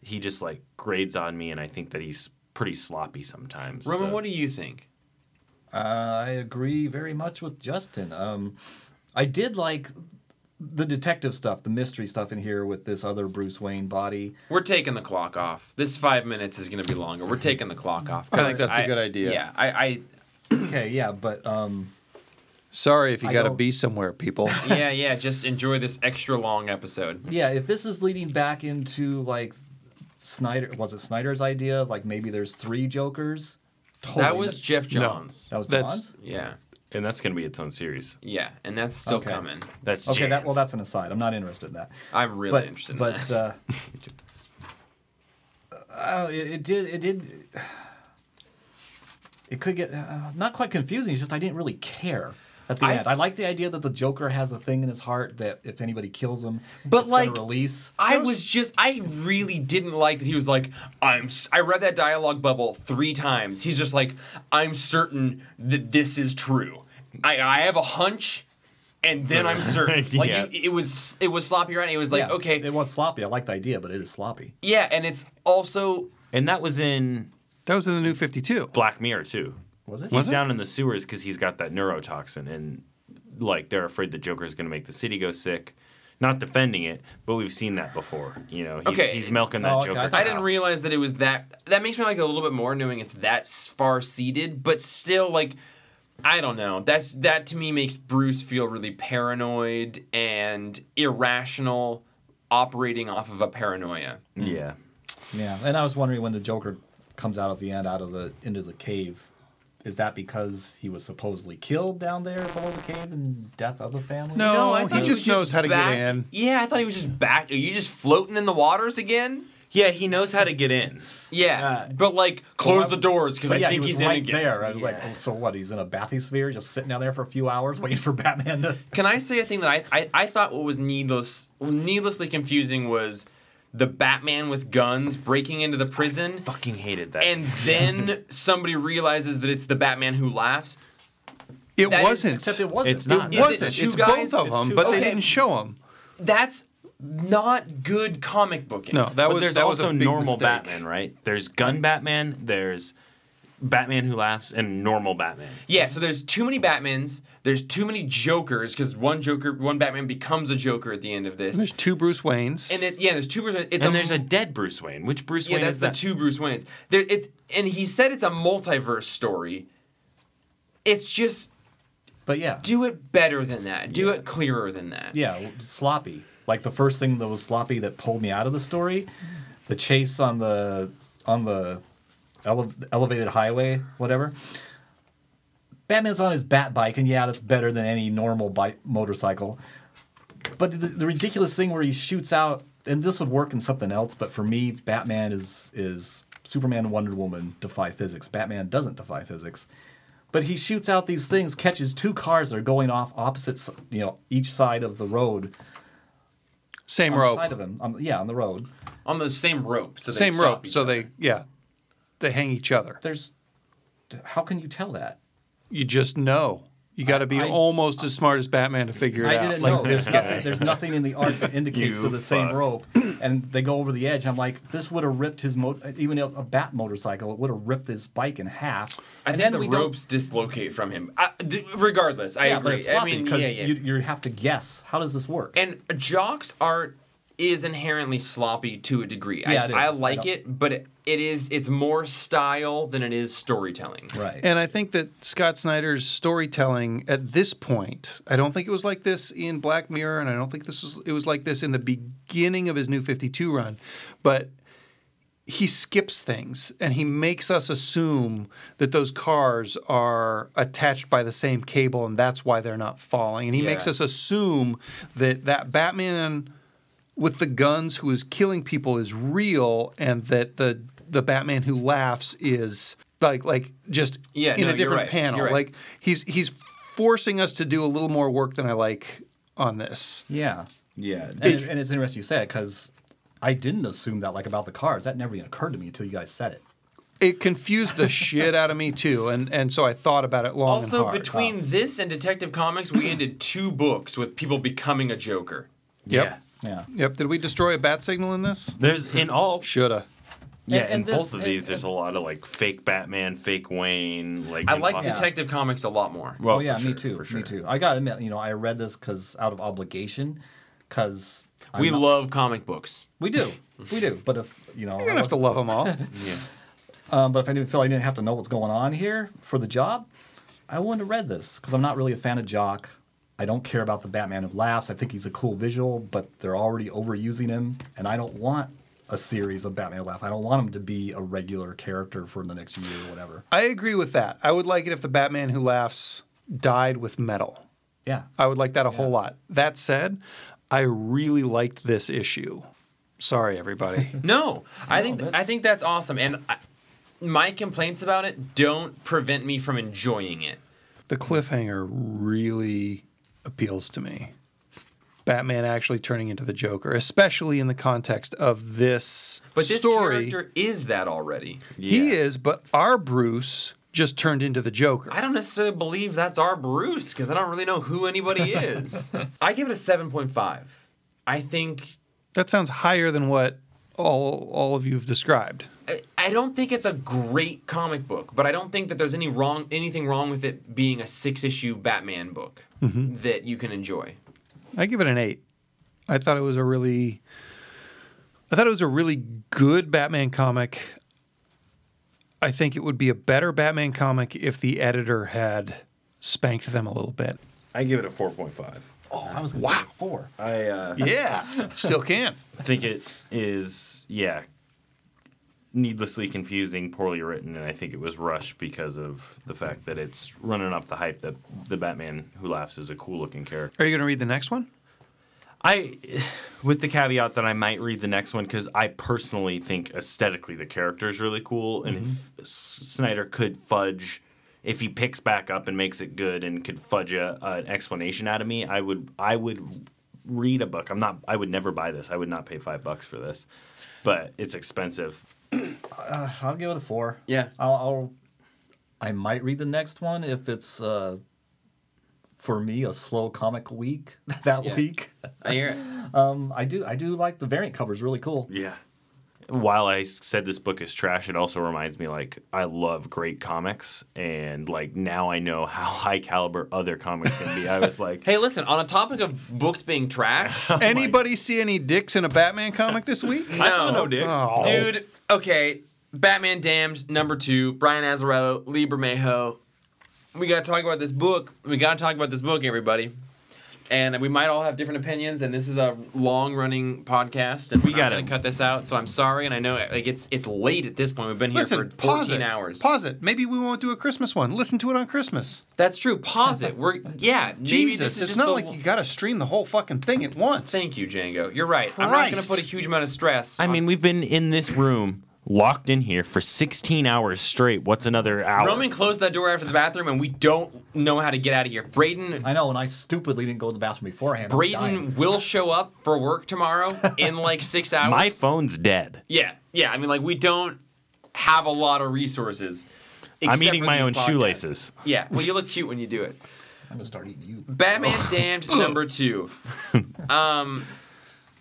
S3: he just like grades on me, and I think that he's pretty sloppy sometimes.
S2: Roman,
S3: so-
S2: what do you think?
S4: Uh, I agree very much with Justin. Um, I did like the detective stuff, the mystery stuff in here with this other Bruce Wayne body.
S2: We're taking the clock off. This five minutes is going to be longer. We're taking the clock off.
S1: I think
S2: 'cause
S1: that's a good idea.
S2: Yeah, I, I
S4: Okay, yeah, but um,
S1: Sorry if you
S4: I
S1: got to
S4: don't-
S1: be somewhere, people.
S2: yeah yeah. Just enjoy this extra long episode.
S4: yeah, if this is leading back into like Snyder, was it Snyder's idea? Like maybe there's three Jokers. Totally
S2: That was Jeff Johns.
S4: that was
S1: That's-
S4: John's?
S2: Yeah
S3: And that's going to be its own series.
S2: yeah, and that's still
S4: Okay.
S2: coming.
S3: That's
S4: Okay, that well,
S3: Jan's.
S4: that's an aside. I'm not interested in that.
S2: I'm really
S4: but uh,
S2: interested in
S4: but
S2: that.
S4: uh, Oh, it, it did. It did. It could get uh, not quite confusing. It's just I didn't really care at the
S2: I-
S4: end. I like the idea that the Joker has a thing in his heart that if anybody kills him, but it's
S2: like,
S4: gonna release.
S2: I was just, I really didn't like that he was like, I'm, s- I read that dialogue bubble three times. He's just like, I'm certain that this is true. I, I have a hunch and then I'm certain. Like,
S3: Yeah.
S2: you, it was, it was sloppy right? It was like,
S4: Yeah,
S2: okay.
S4: it was sloppy. I like the idea, but it is sloppy.
S2: yeah. And it's also,
S3: And that was in
S1: That was in the new 52.
S3: Black Mirror too.
S4: Was it?
S3: He's down in the sewers because he's got that neurotoxin, and like they're afraid the Joker's going to make the city go sick. Not defending it, but we've seen that before. You know, he's,
S2: Okay.
S3: he's milking that
S4: Oh, okay,
S3: Joker.
S4: I thought-
S2: I
S3: cow.
S2: didn't realize that it was that. That makes me like it a little bit more knowing it's that s- far seated, but still like I don't know. That's that to me makes Bruce feel really paranoid and irrational, operating off of a paranoia.
S3: Yeah.
S4: Yeah, and I was wondering when the Joker comes out at the end, out of the into the cave, is that because he was supposedly killed down there below the cave and death of the family?
S1: No, he
S2: thought
S1: just
S2: Oh, was
S1: knows how to get
S2: back-
S1: in.
S2: Yeah, I thought he was just back. Are you just floating in the waters again?
S3: Yeah, he knows how to get in.
S2: Yeah,
S3: Uh,
S2: but like close the doors because I
S4: But yeah,
S2: think
S4: he
S2: he's
S4: was
S2: in
S4: right
S2: again.
S4: there. I was like, oh, so what? He's in a bathysphere, just sitting down there for a few hours waiting for Batman to.
S2: Can I say a thing that I, I, I thought what was needless needlessly confusing was the Batman with guns breaking into the prison
S3: Fucking hated that.
S2: and then somebody realizes that it's the Batman who laughs.
S1: It
S2: That is-
S1: wasn't.
S4: Except it wasn't.
S3: It's not.
S1: It
S2: Is it
S1: wasn't.
S2: two
S1: it's
S2: guys?
S1: both of
S2: It's
S1: them,
S2: two-
S1: but
S2: okay.
S1: they didn't show them.
S2: That's not good comic booking.
S1: No, that
S3: but
S1: was
S3: there's
S1: that was
S3: also
S1: a big
S3: normal
S1: mistake.
S3: Batman, right? There's gun Batman, there's Batman who laughs, and normal Batman.
S2: Yeah, so there's too many Batmans, there's too many Jokers, because one Joker one Batman becomes a Joker at the end of this.
S1: There's two Bruce Waynes.
S2: And it, yeah, there's two Bruce Wayne. It's
S3: and there's a dead Bruce Wayne. Which Bruce
S2: Yeah,
S3: Wayne
S2: that's
S3: is
S2: the
S3: that?
S2: two Bruce Waynes. There, it's and he said it's a multiverse story. It's just
S4: But yeah,
S2: do it better than that. Do it clearer than that.
S4: yeah, sloppy. Like the first thing that was sloppy that pulled me out of the story, the chase on the on the ele- elevated highway, whatever. Batman's on his bat bike, and yeah, that's better than any normal bike motorcycle. But the, the ridiculous thing where he shoots out, and this would work in something else, but for me, Batman is is Superman, and Wonder Woman defy physics. Batman doesn't defy physics, but he shoots out these things, catches two cars that are going off opposite, s- you know, each side of the road,
S1: Same
S4: on
S1: rope.
S4: the side of him, on, yeah, on the road.
S2: On the same rope. So they
S1: Same
S2: stop
S1: rope.
S2: each
S1: So
S2: other.
S1: they yeah, they hang each other.
S4: There's, how can you tell that?
S1: You just know. You got to be
S4: I-
S1: almost as smart as Batman to figure it
S4: I
S1: out.
S4: didn't
S1: Like,
S4: know. There's, nothing, there's nothing in the art that indicates
S3: You
S4: to the same
S3: fuck.
S4: rope, and they go over the edge. I'm like, this would have ripped his mo- even a, a bat motorcycle. It would have ripped his bike in half.
S2: I
S4: and
S2: think the
S4: we don't-
S2: ropes dislocate from him. I, d- regardless, I
S4: Yeah,
S2: agree.
S4: but it's sloppy
S2: I mean,
S4: because
S2: yeah, yeah.
S4: You, you have to guess. How does this work?
S2: and Jock's art is inherently sloppy to a degree. I,
S4: Yeah, it is.
S2: I
S4: I
S2: like
S4: don't-
S2: it, but it, it is it's more style than it is storytelling.
S4: right.
S1: And I think that Scott Snyder's storytelling at this point, I don't think it was like this in Black Mirror, and I don't think this was it was like this in the beginning of his new 52 run, but he skips things and he makes us assume that those cars are attached by the same cable and that's why they're not falling. And he
S2: Yeah.
S1: makes us assume that that Batman with the guns who is killing people is real and that the the Batman who laughs is like like just
S2: Yeah,
S1: in
S2: no,
S1: a
S2: you're
S1: different
S2: right.
S1: panel.
S2: You're right.
S1: Like he's he's forcing us to do a little more work than I like on this.
S4: yeah.
S3: Yeah.
S4: And, it- and it's interesting you say it because I didn't assume that like about the cars. That never even occurred to me until you guys said it.
S1: It confused the shit out of me too, and and so I thought about it long and
S2: Also,
S1: hard.
S2: between this and Detective Comics, we ended two books with people becoming a Joker.
S1: yep.
S3: Yeah.
S4: Yeah.
S1: Yep. Did we destroy a bat signal in this?
S3: There's in all
S1: Shoulda.
S3: Yeah,
S4: and
S3: in
S4: this-
S3: both of
S4: and-
S3: these, there's a lot of like fake Batman, fake Wayne. Like
S2: I like
S3: imposter-
S2: Detective Comics a lot more.
S3: Well,
S4: oh yeah,
S3: for
S4: me
S3: sure,
S4: too.
S3: for sure.
S4: Me too. I gotta admit, you know, I read this because out of obligation, because
S2: we love comic books.
S4: we do, we do. But if you know,
S1: You don't have to love them all.
S4: Um, but if I didn't feel I didn't have to know what's going on here for the job, I wouldn't have read this because I'm not really a fan of Jock. I don't care about the Batman who laughs. I think he's a cool visual, but they're already overusing him, and I don't want a series of Batman who laugh. I don't want him to be a regular character for the next year or whatever.
S1: I agree with that. I would like it if the Batman who laughs died with metal.
S4: Yeah.
S2: Uh,
S1: I would like that a whole lot. That said, I really liked this issue. Sorry, everybody.
S2: No, I think I
S3: that's-
S2: think that's awesome, and I, my complaints about it don't prevent me from enjoying it.
S1: the cliffhanger really appeals to me. Batman actually turning into the Joker, especially in the context of this
S2: But this
S1: story.
S2: character is that already.
S1: He is, but our Bruce just turned into the Joker.
S2: I don't necessarily believe that's our Bruce because I don't really know who anybody is. I give it a seven point five. I think
S1: That sounds higher than what all all of you have described.
S2: I- I don't think it's a great comic book, but I don't think that there's any wrong anything wrong with it being a six issue Batman book that you can enjoy.
S1: I give it an eight. I thought it was a really, I thought it was a really good Batman comic. I think it would be a better Batman comic if the editor had spanked them a little bit.
S8: I give it a 4.5.
S4: Oh, I was gonna wow. four.
S8: I uh,
S1: Yeah, still can.
S3: I think it is, yeah, needlessly confusing, poorly written, and I think it was rushed because of the fact that it's running off the hype that the Batman Who Laughs is a cool looking character.
S1: Are you going to read the next one?
S3: I, with the caveat that I might read the next one because I personally think aesthetically the character is really cool, and if S- Snyder could fudge, if he picks back up and makes it good and could fudge a, an explanation out of me, I would I would read a book. I'm not I would never buy this. I would not pay five bucks for this, but it's expensive.
S4: Uh, I'll give it a four.
S2: Yeah.
S4: I'll, I'll I might read the next one if it's uh, for me a slow comic week that
S2: Yeah.
S4: week.
S2: I hear it.
S4: Um, I do I do like the variant covers really cool.
S3: Yeah. While I s- said this book is trash, it also reminds me like I love great comics, and like now I know how high caliber other comics can be. I was like.
S2: Hey, listen, on a topic of books being trash,
S1: Anybody see any dicks in a Batman comic this week?
S3: I saw no dicks.
S1: Oh.
S2: dude, okay, Batman Damned number 2, Brian Azzarello, Lee Bermejo. We got to talk about this book. We got to talk about this book, everybody. And we might all have different opinions, and this is a long-running podcast, and
S3: We
S2: we got
S3: gotta-
S2: to cut this out. So I'm sorry, and I know like it's it's late at this point. We've been here
S1: Listen,
S2: for 14
S1: pause it.
S2: hours.
S1: Pause it. Maybe we won't do a Christmas one. Listen to it on Christmas.
S2: That's true. Pause it. We're yeah. Maybe
S1: Jesus,
S2: this is
S1: it's
S2: just
S1: not
S2: the-
S1: like you got to stream the whole fucking thing at once.
S2: Thank you, Django. You're right. I'm not going to
S1: Christ.
S2: put a huge amount of stress.
S3: I mean, we've been in this room, locked in here for 16 hours straight. What's another hour?
S2: Roman closed that door after the bathroom, and we don't know how to get out of here. Braden
S4: I know, and I stupidly didn't go to the bathroom beforehand. I'm dying.
S2: Braden will show up for work tomorrow in like six hours.
S3: My phone's dead.
S2: Yeah, yeah. I mean, like we don't have a lot of resources.
S3: I'm
S2: except
S3: eating
S2: for
S3: my
S2: these
S3: own
S2: podcasts.
S3: shoelaces.
S2: Yeah. Well, you look cute when you do it.
S4: I'm gonna start eating you.
S2: Batman
S3: Oh.
S2: Damned number two. Um,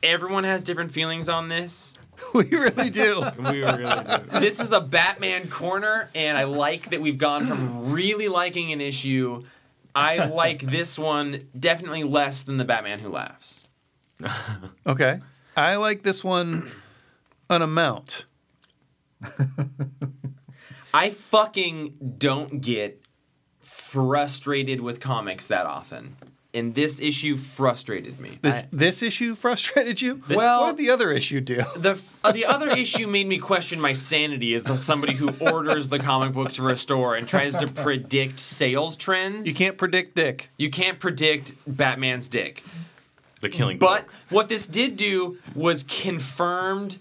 S2: everyone has different feelings on this.
S1: we really do.
S3: We were really
S2: This is a Batman corner, and I like that we've gone from really liking an issue. I like this one definitely less than the Batman Who Laughs.
S1: Okay. I like this one an amount.
S2: I fucking don't get frustrated with comics that often. And this issue frustrated me.
S1: This this issue frustrated you?
S2: Well-
S1: what did the other issue do?
S2: The, f- uh, the other issue made me question my sanity as somebody who orders the comic books for a store and tries to predict sales trends.
S1: You can't predict dick.
S2: you can't predict Batman's dick.
S3: the killing.
S2: But
S3: Joke.
S2: what this did do was confirmed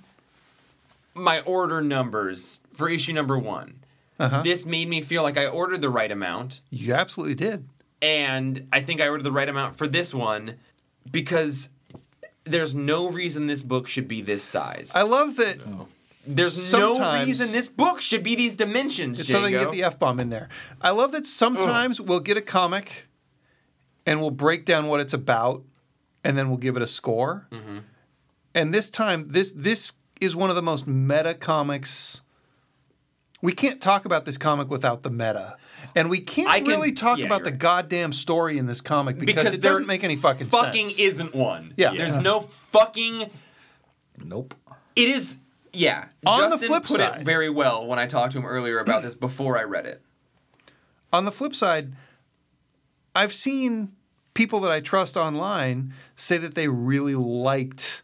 S2: my order numbers for issue number one.
S1: Uh-huh.
S2: This made me feel like I ordered the right amount.
S1: You absolutely did.
S2: and I think I ordered the right amount for this one because there's no reason this book should be this size.
S1: I love that
S2: there's no
S1: sometimes-
S2: reason this book should be these dimensions.
S1: It's so they can
S2: Django.
S1: get the F bomb in there. I love that sometimes we'll get a comic and we'll break down what it's about and then we'll give it a score.
S2: Mm-hmm.
S1: And this time, this this is one of the most meta comics. We can't talk about this comic without the meta. And we can't
S2: I can-
S1: really talk
S2: yeah,
S1: about
S2: you're
S1: the
S2: right.
S1: goddamn story in this comic because,
S2: Because
S1: it
S2: there
S1: doesn't make any fucking,
S2: fucking
S1: sense.
S2: isn't one.
S1: Yeah.
S2: There's no fucking.
S4: Nope.
S2: It is. Yeah.
S1: On the
S2: Justin
S1: flip
S2: put it
S1: side-
S2: very well when I talked to him earlier about this before I read it.
S1: On the flip side, I've seen people that I trust online say that they really liked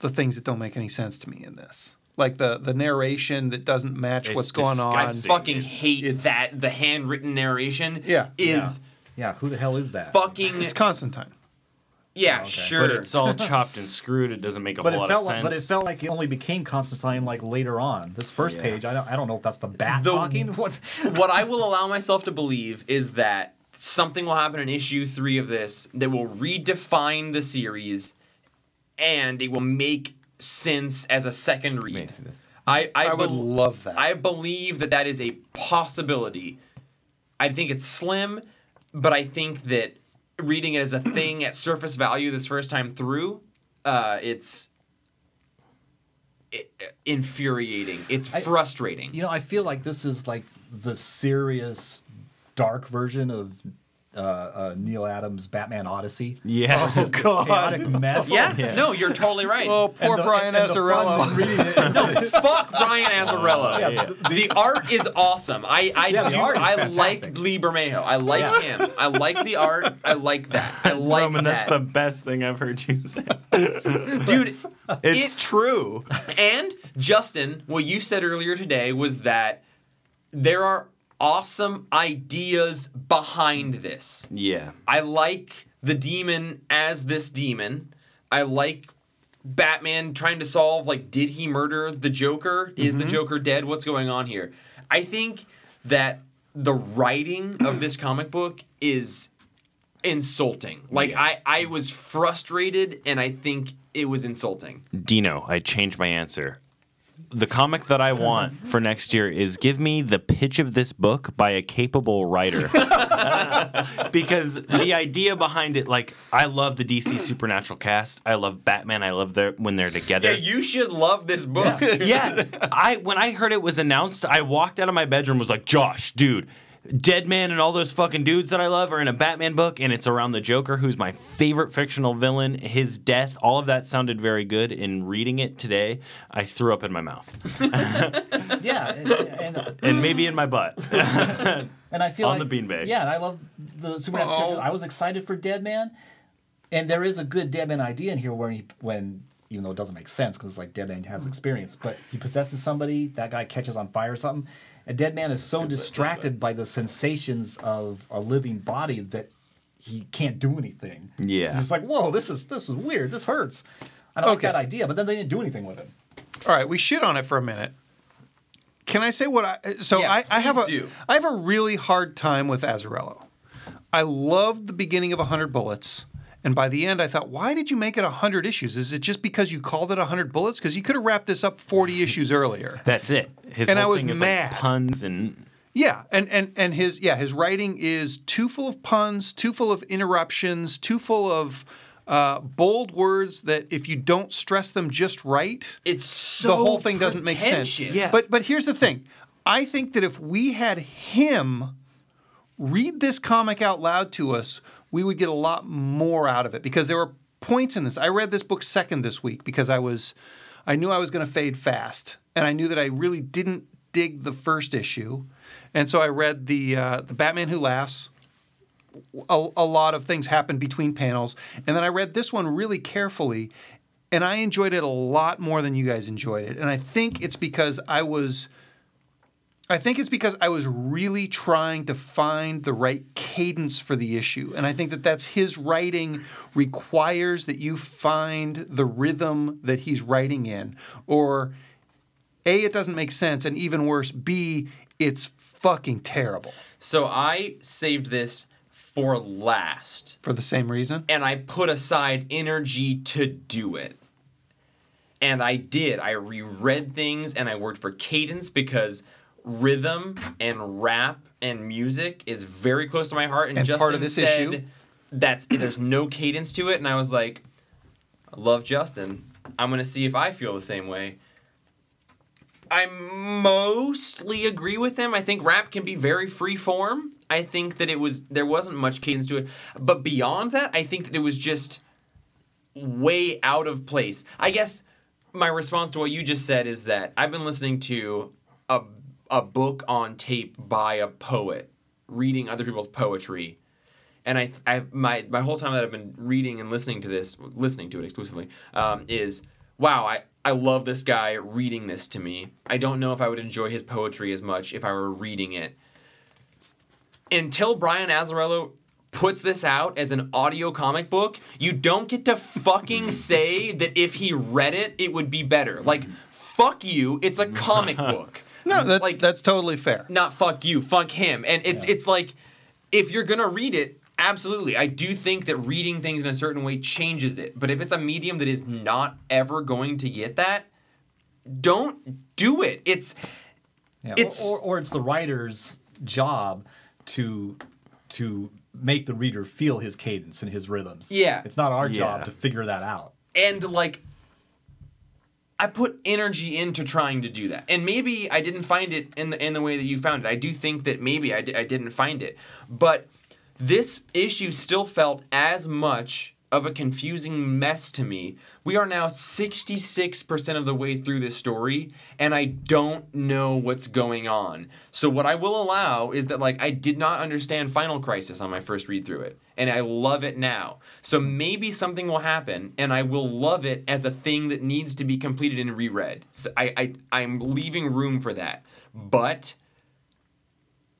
S1: the things that don't make any sense to me in this. Like the the narration that doesn't match
S3: It's
S1: what's going
S3: disgusting.
S1: on.
S2: Fucking
S3: It's-
S2: hate
S1: it's-
S2: that the handwritten narration
S1: Yeah.
S2: is
S4: Yeah, who the hell is that?
S2: fucking
S1: It's Constantine.
S2: Yeah,
S3: But
S2: sure.
S3: it's all chopped and screwed. It doesn't make a
S4: But
S3: whole
S4: it
S3: lot
S4: felt
S3: of sense.
S4: like, but it felt like it only became Constantine like later on. This first
S3: Yeah.
S4: page, I don't, I don't know if that's the bat
S2: The-
S4: talking. What?
S2: what I will allow myself to believe is that something will happen in issue three of this that will redefine the series and it will make sense as a second read.
S3: Makes sense.
S2: I, I,
S1: I would
S2: bel-
S1: love that.
S2: I believe that that is a possibility. I think it's slim, but I think that reading it as a thing at surface value this first time through, uh, it's i- infuriating. It's
S4: I-
S2: frustrating.
S4: You know, I feel like this is like the serious, dark version of uh, uh, Neil Adams' Batman Odyssey.
S3: Yeah. Oh,
S2: Oh,
S4: Just this chaotic mess.
S2: yeah, no, you're totally right.
S1: Oh,
S4: And
S1: poor
S4: the-
S1: Brian
S4: and the fun
S1: Azarello.
S4: reading it is-
S2: Fuck Brian Azarello.
S4: Yeah,
S2: The, art is awesome. I I
S4: Yeah, the
S2: do,
S4: art is
S2: I like
S4: fantastic.
S2: Lee Bermejo. I like
S4: Yeah.
S2: him. I like the art. I like that. I like
S3: Roman,
S2: that.
S3: that's the best thing I've heard you say.
S2: dude.
S3: It's
S2: It-
S3: true.
S2: And Justin, what you said earlier today was that there are awesome ideas behind this.
S3: Yeah.
S2: I like the demon as this demon. I like Batman trying to solve like did he murder the Joker? Is the
S1: Mm-hmm.
S2: Joker dead? What's going on here? I think that the writing of this comic book is insulting. Like I I was frustrated and I think it was insulting.
S3: Dino, I changed my answer. The comic that I want for next year is give me the pitch of this book by a capable writer. because the idea behind it, like, I love the DC Supernatural cast. I love Batman. I love their when they're together.
S2: Yeah, you should love this book.
S3: yeah, I when I heard it was announced, I walked out of my bedroom was like, "Josh, dude, Deadman and all those fucking dudes that I love are in a Batman book and it's around the Joker who's my favorite fictional villain. His death, all of that sounded very good in reading it today. I threw up in my mouth
S4: yeah, and, and,
S3: and maybe in my butt.
S4: and I feel
S3: On
S4: like,
S3: the beanbag.
S4: Yeah, and I love the supernatural. characters. I was excited for Dead Man, and there is a good Dead Man idea in here where he when. Even though it doesn't make sense because like Dead Man has experience, but he possesses somebody. That guy catches on fire or something. A Dead Man is so distracted by the sensations of a living body that he can't do anything.
S3: Yeah.
S4: it's just like whoa, this is this is weird. This hurts. I don't like
S1: Okay.
S4: that idea, but then they didn't do anything with it.
S1: All right, we shit on it for a minute. Can I say what I? So
S2: Yeah,
S1: I, I have
S2: please
S1: a
S2: do.
S1: I have a really hard time with Azarello. I loved the beginning of 100 Bullets, and by the end, I thought, why did you make it 100 issues? Is it just because you called it 100 Bullets? Because you could have wrapped this up 40 issues earlier.
S3: That's it. His
S1: And
S3: whole
S1: I was
S3: thing is
S1: mad.
S3: like puns and
S1: Yeah, and and and his yeah his writing is too full of puns, too full of interruptions, too full of uh, bold words that if you don't stress them just right,
S2: It's so
S1: the whole thing doesn't make sense.
S2: pretentious.
S1: But but here's the thing, I think that if we had him read this comic out loud to us, we would get a lot more out of it because there were points in this. I read this book second this week because I was I knew I was going to fade fast and I knew that I really didn't dig the first issue. And so I read the uh, the Batman Who Laughs. A, a lot of things happened between panels, and then I read this one really carefully, and I enjoyed it a lot more than you guys enjoyed it. And I think it's because I was I think it's because I was really trying to find the right cadence for the issue. And I think that that's his writing requires that you find the rhythm that he's writing in. Or A, it doesn't make sense. And even worse, B, it's fucking terrible
S2: So I saved this for last.
S1: for the same reason.
S2: and I put aside energy to do it. And I did. I reread things and I worked for cadence because rhythm and rap and music is very close to my heart. And,
S1: And
S2: Justin
S1: part of this
S2: said
S1: issue-
S2: that's there's no cadence to it. And I was like, I love Justin. I'm gonna see if I feel the same way. I mostly agree with him. I think rap can be very free form. I think that it was there wasn't much cadence to it. But beyond that, I think that it was just way out of place. I guess my response to what you just said is that I've been listening to a a book on tape by a poet, reading other people's poetry. And I, I my my whole time that I've been reading and listening to this, listening to it exclusively, um, is wow, I, I love this guy reading this to me. I don't know if I would enjoy his poetry as much if I were reading it until Brian Azzarello puts this out as an audio comic book, you don't get to fucking say that if he read it, it would be better. Like, fuck you, it's a comic book.
S1: No, that's
S2: Like-
S1: that's totally fair.
S2: not fuck you, fuck him. And it's it's like if you're gonna read it, absolutely. I do think that reading things in a certain way changes it. But if it's a medium that is not ever going to get that, don't do it. It's
S4: Yeah,
S2: It's-
S4: or, or, or it's the writer's job to to make the reader feel his cadence and his rhythms.
S2: Yeah.
S4: It's not our
S3: Yeah.
S4: job to figure that out.
S2: and like I put energy into trying to do that, and maybe I didn't find it in the in the way that you found it. I do think that maybe I, di- I didn't find it, but this issue still felt as much of a confusing mess to me. We are now 66% of the way through this story and I don't know what's going on. So what I will allow is that like I did not understand Final Crisis on my first read through it and I love it now. So maybe something will happen and I will love it as a thing that needs to be completed and reread. So I, I I'm leaving room for that. But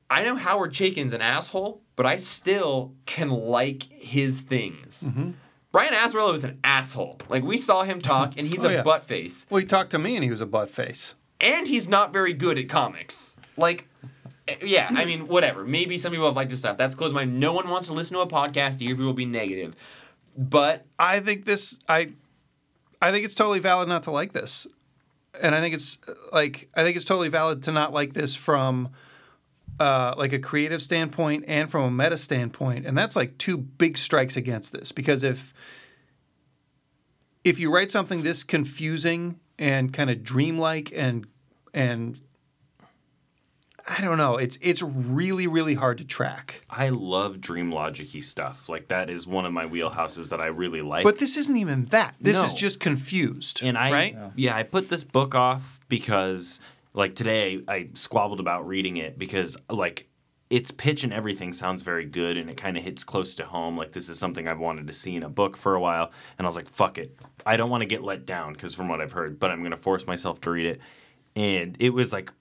S2: I know Howard Chaykin's an asshole, but I still can like his things.
S1: Mm-hmm.
S2: Brian Azarello is an asshole. Like we saw him talk, and he's
S1: Oh,
S2: a
S1: yeah.
S2: butt face,
S1: Well, he talked to me and he was a butt face.
S2: and he's not very good at comics. Like, eh, yeah, I mean, whatever. Maybe some people have liked his stuff. That's close mind. No one wants to listen to a podcast to hear people be negative, but
S1: I think this I I think it's totally valid not to like this. And I think it's uh, like I think it's totally valid to not like this from uh, like a creative standpoint and from a meta standpoint. And that's like two big strikes against this because if if you write something this confusing and kind of dreamlike and and I don't know, it's it's really really hard to track.
S3: I love dream logicy stuff. Like that is one of my wheelhouses that I really like.
S1: But this isn't even that. This is
S3: No.
S1: just confused.
S3: and I
S1: right?
S3: yeah. I put this book off because like today I squabbled about reading it because like its pitch and everything sounds very good and it kind of hits close to home like this is something I've wanted to see in a book for a while and I was like fuck it I don't want to get let down cuz from what I've heard but I'm going to force myself to read it and it was like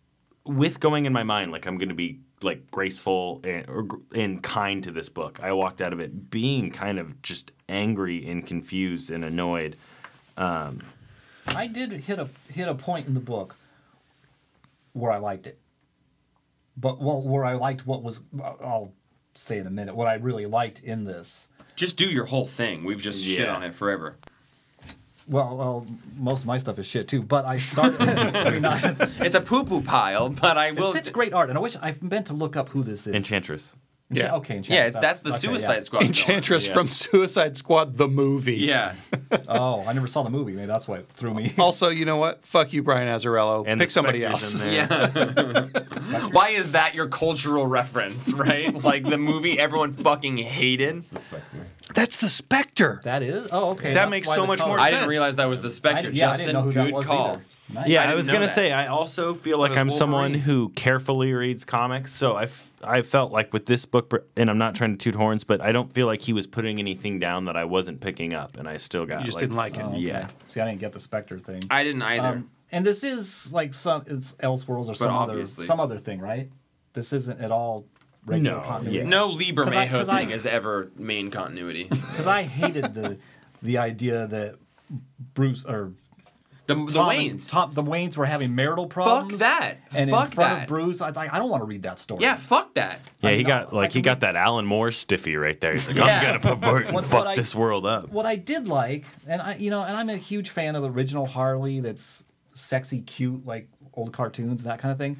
S3: with going in my mind like I'm going to be like graceful and, or, gr- and kind to this book. I walked out of it being kind of just angry and confused and annoyed.
S4: I did hit a hit a point in the book where I liked it, but well, where I liked what was I'll say in a minute what I really liked in this.
S2: just do your whole thing. We've just shit
S3: Yeah.
S2: on it forever.
S4: Well, well, most of my stuff is shit too, but I started. I mean, I,
S2: It's a poo poo pile, but I will.
S4: it's such great art, and I wish I've meant to look up who this is.
S3: Enchantress.
S4: Encha-
S1: Yeah.
S4: Okay. Enchantress.
S2: yeah, it's, that's the
S4: okay, yeah.
S2: Suicide Squad. villain.
S1: Enchantress
S3: Yeah.
S1: from Suicide Squad the movie.
S2: Yeah.
S4: Oh, I never saw the movie. Maybe that's why it threw me.
S1: Also, you know what? Fuck you, Brian Azarello.
S3: And
S1: Pick
S3: the
S1: somebody
S3: Spectres
S1: else.
S3: in there.
S2: Yeah. Why is that your cultural reference, right? Like the movie everyone fucking hated.
S1: That's the Spectre.
S4: That is. Oh, okay.
S1: That
S4: that's
S1: makes
S4: why
S1: so
S4: the
S1: much more
S4: color-
S2: I
S1: sense.
S2: didn't realize that was the
S4: I
S2: Spectre.
S4: didn't- yeah, I
S2: Justin,
S4: didn't know who that
S2: good
S4: was
S2: call.
S4: either. Nice.
S3: Yeah,
S2: I
S3: I,
S2: didn't
S3: was
S2: know
S3: gonna
S2: that.
S3: say I also feel
S2: But
S3: like
S2: it
S3: I'm
S2: was
S3: someone
S2: Wolverine.
S3: who carefully reads comics, so I, f- I felt like with this book, and I'm not trying to toot horns, but I don't feel like he was putting anything down that I wasn't picking up, and I still got
S1: You just didn't like it.
S4: Oh, okay.
S3: Yeah.
S4: See, I didn't get the Spectre thing.
S2: I didn't either.
S4: Um, and this is like some it's Elseworlds or some other
S2: obviously.
S4: some other thing, right? This isn't at all regular
S3: No,
S4: continuity.
S3: yeah.
S2: no Lieber
S4: 'Cause I- 'cause I-
S2: thing is ever main continuity.
S4: Because I hated the the idea that Bruce or
S2: The, the
S4: Tom and-
S2: Waynes.
S4: Tom, the Waynes were having marital
S2: fuck
S4: problems.
S2: that.
S4: And
S2: fuck
S4: in front
S2: that.
S4: of Bruce, I, I I don't want to read that story.
S2: yeah, fuck that.
S3: Yeah,
S4: I
S3: he
S4: know.
S3: got
S4: I
S3: like he
S4: can
S3: got that Alan Moore stiffy right there. He's like,
S2: Yeah.
S3: I'm gonna pervert and
S4: What- what
S3: fuck
S4: I-
S3: this world up.
S4: what I did like, and I you know, and I'm a huge fan of the original Harley that's sexy, cute, like old cartoons and that kind of thing.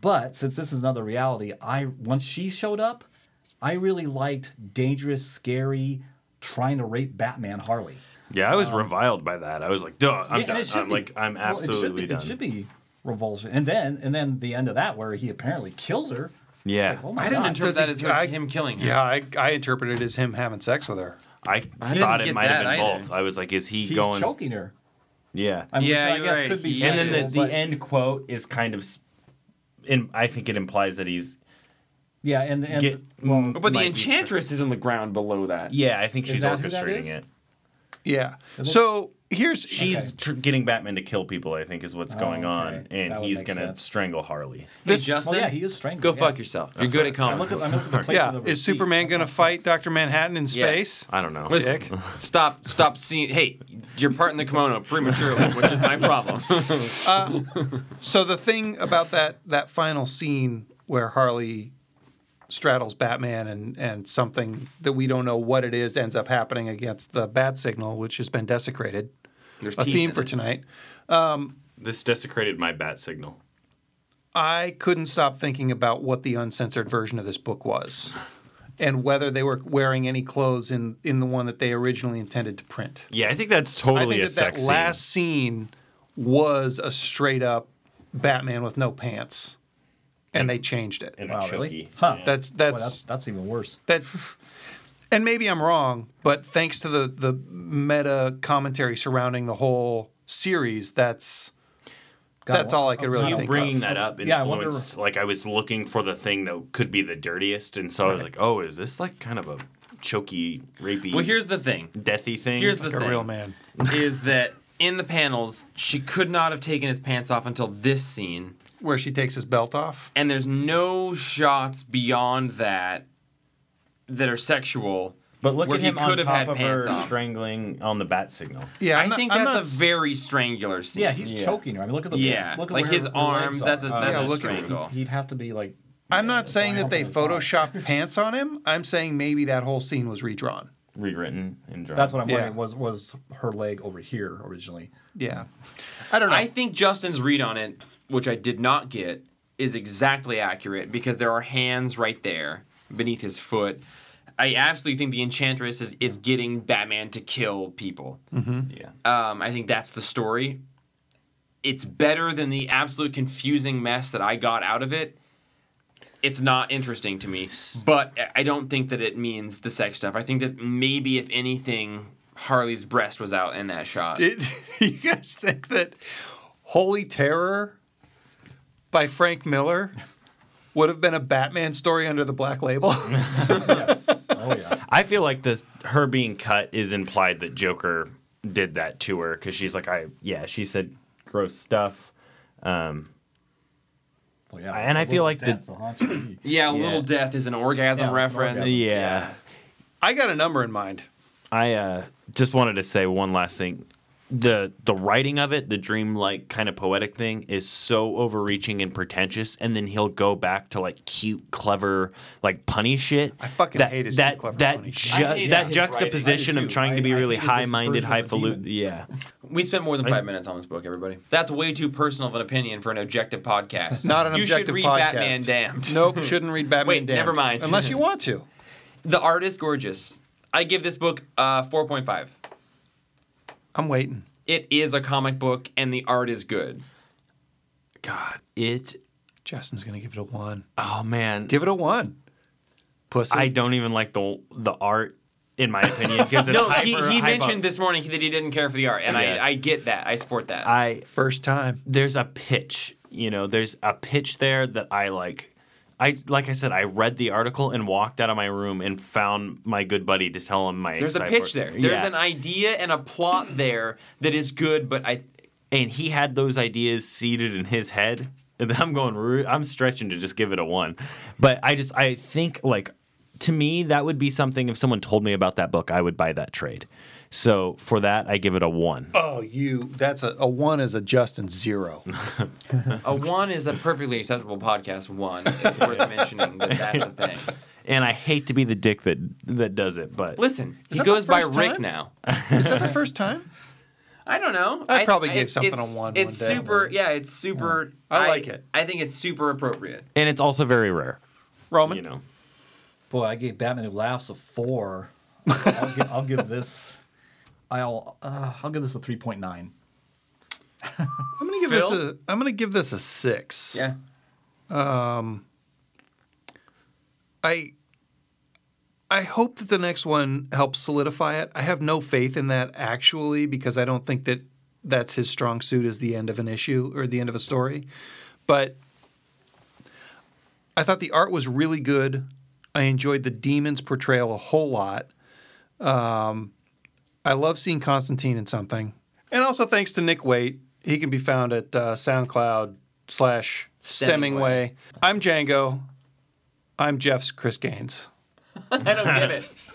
S4: But since this is another reality, I once she showed up, I really liked dangerous, scary, trying to rape Batman Harley.
S3: Yeah, I was reviled by that. I was like, duh, I'm
S4: Um, Yeah, and
S3: done.
S4: it should
S3: I'm
S4: be.
S3: like, I'm
S4: Well, it should be-
S3: absolutely
S4: It should
S3: done.
S4: be revulsion. And then and then the end of that where he apparently kills her.
S3: Yeah,
S4: Oh my
S2: I didn't
S4: God.
S2: interpret
S1: Does
S2: that
S1: it-
S2: as her,
S1: I-
S2: him killing her.
S1: Yeah, I, I interpreted it as him having sex with her.
S3: I
S2: didn't
S3: thought it
S2: get
S3: might have
S2: that
S3: been
S2: either.
S3: both. I was like, is he
S4: He's
S3: going?
S4: choking her.
S3: Yeah,
S4: I mean,
S2: Yeah,
S4: which I
S2: you're
S4: guess
S2: right.
S4: could be
S2: He-
S3: and then the,
S4: sexual,
S3: the
S4: but-
S3: end quote is kind of, s- in, I think it implies that he's
S4: Yeah, and, and
S3: get. mm,
S4: well,
S2: But the
S3: might be
S2: Enchantress is on the ground below that.
S3: Yeah, I think
S4: Is
S3: she's
S4: that who that
S3: orchestrating
S4: is?
S3: it.
S1: Yeah. So here's
S3: She's tr- getting Batman to kill people, I think, is what's going on,
S4: Oh, okay.
S3: and
S4: That would
S3: he's
S4: make
S3: gonna
S4: sense.
S3: strangle Harley.
S1: this.
S2: Hey, Justin,
S4: Well, oh yeah, he is strangled.
S2: Go
S4: yeah.
S2: fuck yourself. You're good at
S4: I'm
S2: comics.
S4: looking, I'm looking for places
S1: yeah,
S4: over
S1: is
S4: his feet.
S1: Superman
S4: That's
S1: gonna
S4: what I'm
S1: fight Doctor Manhattan in
S2: Yeah.
S1: space?
S3: I don't know.
S2: Listen,
S1: Dick.
S2: stop, stop seeing. Hey, you're parting the kimono prematurely, which is my problem.
S1: So the thing about that that final scene where Harley straddles Batman and and something that we don't know what it is ends up happening against the bat signal, which has been desecrated.
S2: There's
S1: A
S2: teeth
S1: theme
S2: in
S1: for
S2: it.
S1: tonight.
S3: This desecrated my bat signal.
S1: I couldn't stop thinking about what the uncensored version of this book was, and whether they were wearing any clothes in in the one that they originally intended to print.
S3: Yeah, I think that's totally
S1: I think
S3: a
S1: that,
S3: sex
S1: that
S3: scene.
S1: last scene was a straight up Batman with no pants, and they changed it.
S3: And
S4: Wow,
S3: a
S4: really?
S3: choky.
S4: Huh.
S1: That's
S4: Well, that's
S1: that's
S4: that's even worse.
S1: that. And maybe I'm wrong, but thanks to the the meta commentary surrounding the whole series, that's
S4: God,
S1: that's all I could really
S4: You
S1: think
S3: You
S1: of.
S3: bringing that up
S4: Yeah, I wonder-
S3: influenced. Like I was looking for the thing that could be the dirtiest, and so I was like, "Oh, is this like kind of a choky, rapey,
S2: Well, here's the thing.
S3: deathy thing?"
S2: Here's the
S1: like
S2: thing.
S1: a real man.
S2: Is that in the panels she could not have taken his pants off until this scene,
S1: Where she takes his belt off.
S2: and there's no shots beyond that that are sexual.
S3: But look
S2: where
S3: at him
S2: he
S3: on
S2: could have
S3: top
S2: had
S3: of her
S2: pants off.
S3: strangling on the bat signal.
S1: Yeah,
S2: I
S1: I'm not-
S2: think
S1: I'm
S2: that's
S1: not
S2: a very strangular scene.
S4: Yeah, he's choking her. I mean, look at the
S2: Yeah,
S4: Look at
S2: like
S4: where
S2: his
S4: her
S2: arms,
S4: legs
S2: that's
S4: are. Uh,
S2: a- that's
S1: Yeah,
S2: a
S1: look at-
S2: strangle.
S4: He'd have to be like.
S1: I'm not saying that they
S4: Why not?
S1: photoshopped pants on him. I'm saying maybe that whole scene was redrawn.
S3: Rewritten and drawn.
S4: That's what I'm
S1: Yeah.
S4: wondering. Was was her leg over here originally?
S1: Yeah, I don't know.
S2: I think Justin's read on it, which I did not get, is exactly accurate because there are hands right there beneath his foot. I absolutely think the Enchantress is, is getting Batman to kill people.
S3: Yeah.
S2: Um, I think that's the story. It's better than the absolute confusing mess that I got out of it. It's not interesting to me, but I- I don't think that it means the sex stuff. I think that maybe, if anything, Harley's breast was out in that shot.
S1: Did you guys think that Holy Terror by Frank Miller would have been a Batman story under the black label?
S4: yes. Oh yeah.
S3: I feel like this her being cut is implied that Joker did that to her because she's like, I yeah, she said gross stuff. Um,
S4: Well, yeah.
S3: And I feel like the-
S4: That's a haunch.
S2: Yeah,
S3: Yeah.
S2: Little Death is an orgasm
S4: Yeah, it's an
S2: reference.
S4: orgasm.
S3: yeah.
S1: I got a number in mind.
S3: I uh, just wanted to say one last thing. The the writing of it, the dreamlike kind of poetic thing, is so overreaching and pretentious. And then he'll go back to like cute, clever, like punny shit. I
S1: fucking hate his
S3: that
S1: cute, clever,
S3: that
S1: punny
S3: ju-
S1: shit.
S2: I hate
S3: that
S2: his
S3: juxtaposition
S4: writing. I do
S3: of trying
S4: too.
S3: to be
S4: I- I
S3: really
S4: hated this
S3: high minded,
S4: version of the
S3: highfalutin.
S4: demon.
S3: Yeah,
S2: We spent more than five minutes on this book, everybody. That's way too personal of an opinion for an objective podcast.
S1: Not an
S2: you
S1: objective
S2: You should read
S1: podcast.
S2: Batman Damned.
S1: Nope, shouldn't read Batman
S2: Wait,
S1: Damned.
S2: never mind.
S1: Unless you want to.
S2: The art is gorgeous. I give this book uh, 4.5.
S1: I'm waiting.
S2: It is a comic book, and the art is good.
S3: God, it.
S1: Justin's gonna give it a one.
S3: Oh man,
S1: Give it a one. Pussy.
S3: I don't even like the the art in my opinion because it's
S2: No,
S3: hyper,
S2: he, he
S3: hype
S2: mentioned
S3: up.
S2: this morning that he didn't care for the art, and
S3: Yeah.
S2: I, I get that. I sport that.
S3: I
S1: First time.
S3: there's a pitch you know there's a pitch there that i like i like i said i read the article and walked out of my room and found my good buddy to tell him my
S2: There's a
S3: insight
S2: pitch
S3: for-
S2: there. There's
S3: Yeah.
S2: an idea and a plot there that is good, but I
S3: and he had those ideas seeded in his head and i'm going ru- i'm stretching to just give it a one but i just i think like to me that would be something if someone told me about that book i would buy that trade so for that i give it a one.
S1: Oh, you that's a, a one is a Justin zero.
S2: a one is a perfectly acceptable podcast. One, it's worth mentioning that that's a thing.
S3: and i hate to be the dick that that does it but
S2: Listen, he
S1: that the
S2: goes by
S1: first
S2: Rick
S1: time?
S2: now.
S1: is that the first time?
S2: I don't know.
S1: I'd
S2: I-
S1: probably
S2: I-
S1: give
S2: it's-
S1: something
S2: it's-
S1: a one
S2: It's
S1: one day.
S2: super. Yeah, it's super.
S1: I like it.
S2: I think it's super appropriate.
S3: and it's also very rare
S1: Roman.
S3: you know
S4: Boy, I gave Batman Who Laughs a four. I'll, give, I'll give this. I'll uh, I'll give this a three point nine.
S1: I'm gonna give this a I'm gonna give this a six. Um,
S2: Yeah.
S1: I I hope that the next one helps solidify it. I have no faith in that actually because I don't think that that's his strong suit is the end of an issue or the end of a story. But I thought the art was really good. I enjoyed the demons portrayal a whole lot. Um, I love seeing Constantine in something. And also thanks to Nick Waite. He can be found at uh, SoundCloud slash Stemmingway.
S2: Stemmingway.
S1: I'm Django. I'm Jeff's Chris Gaines.
S2: I don't get it.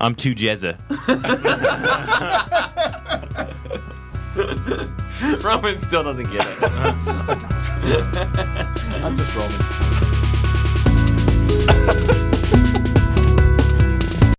S3: I'm too Jezza.
S2: Roman still doesn't get it.
S4: I'm just rolling.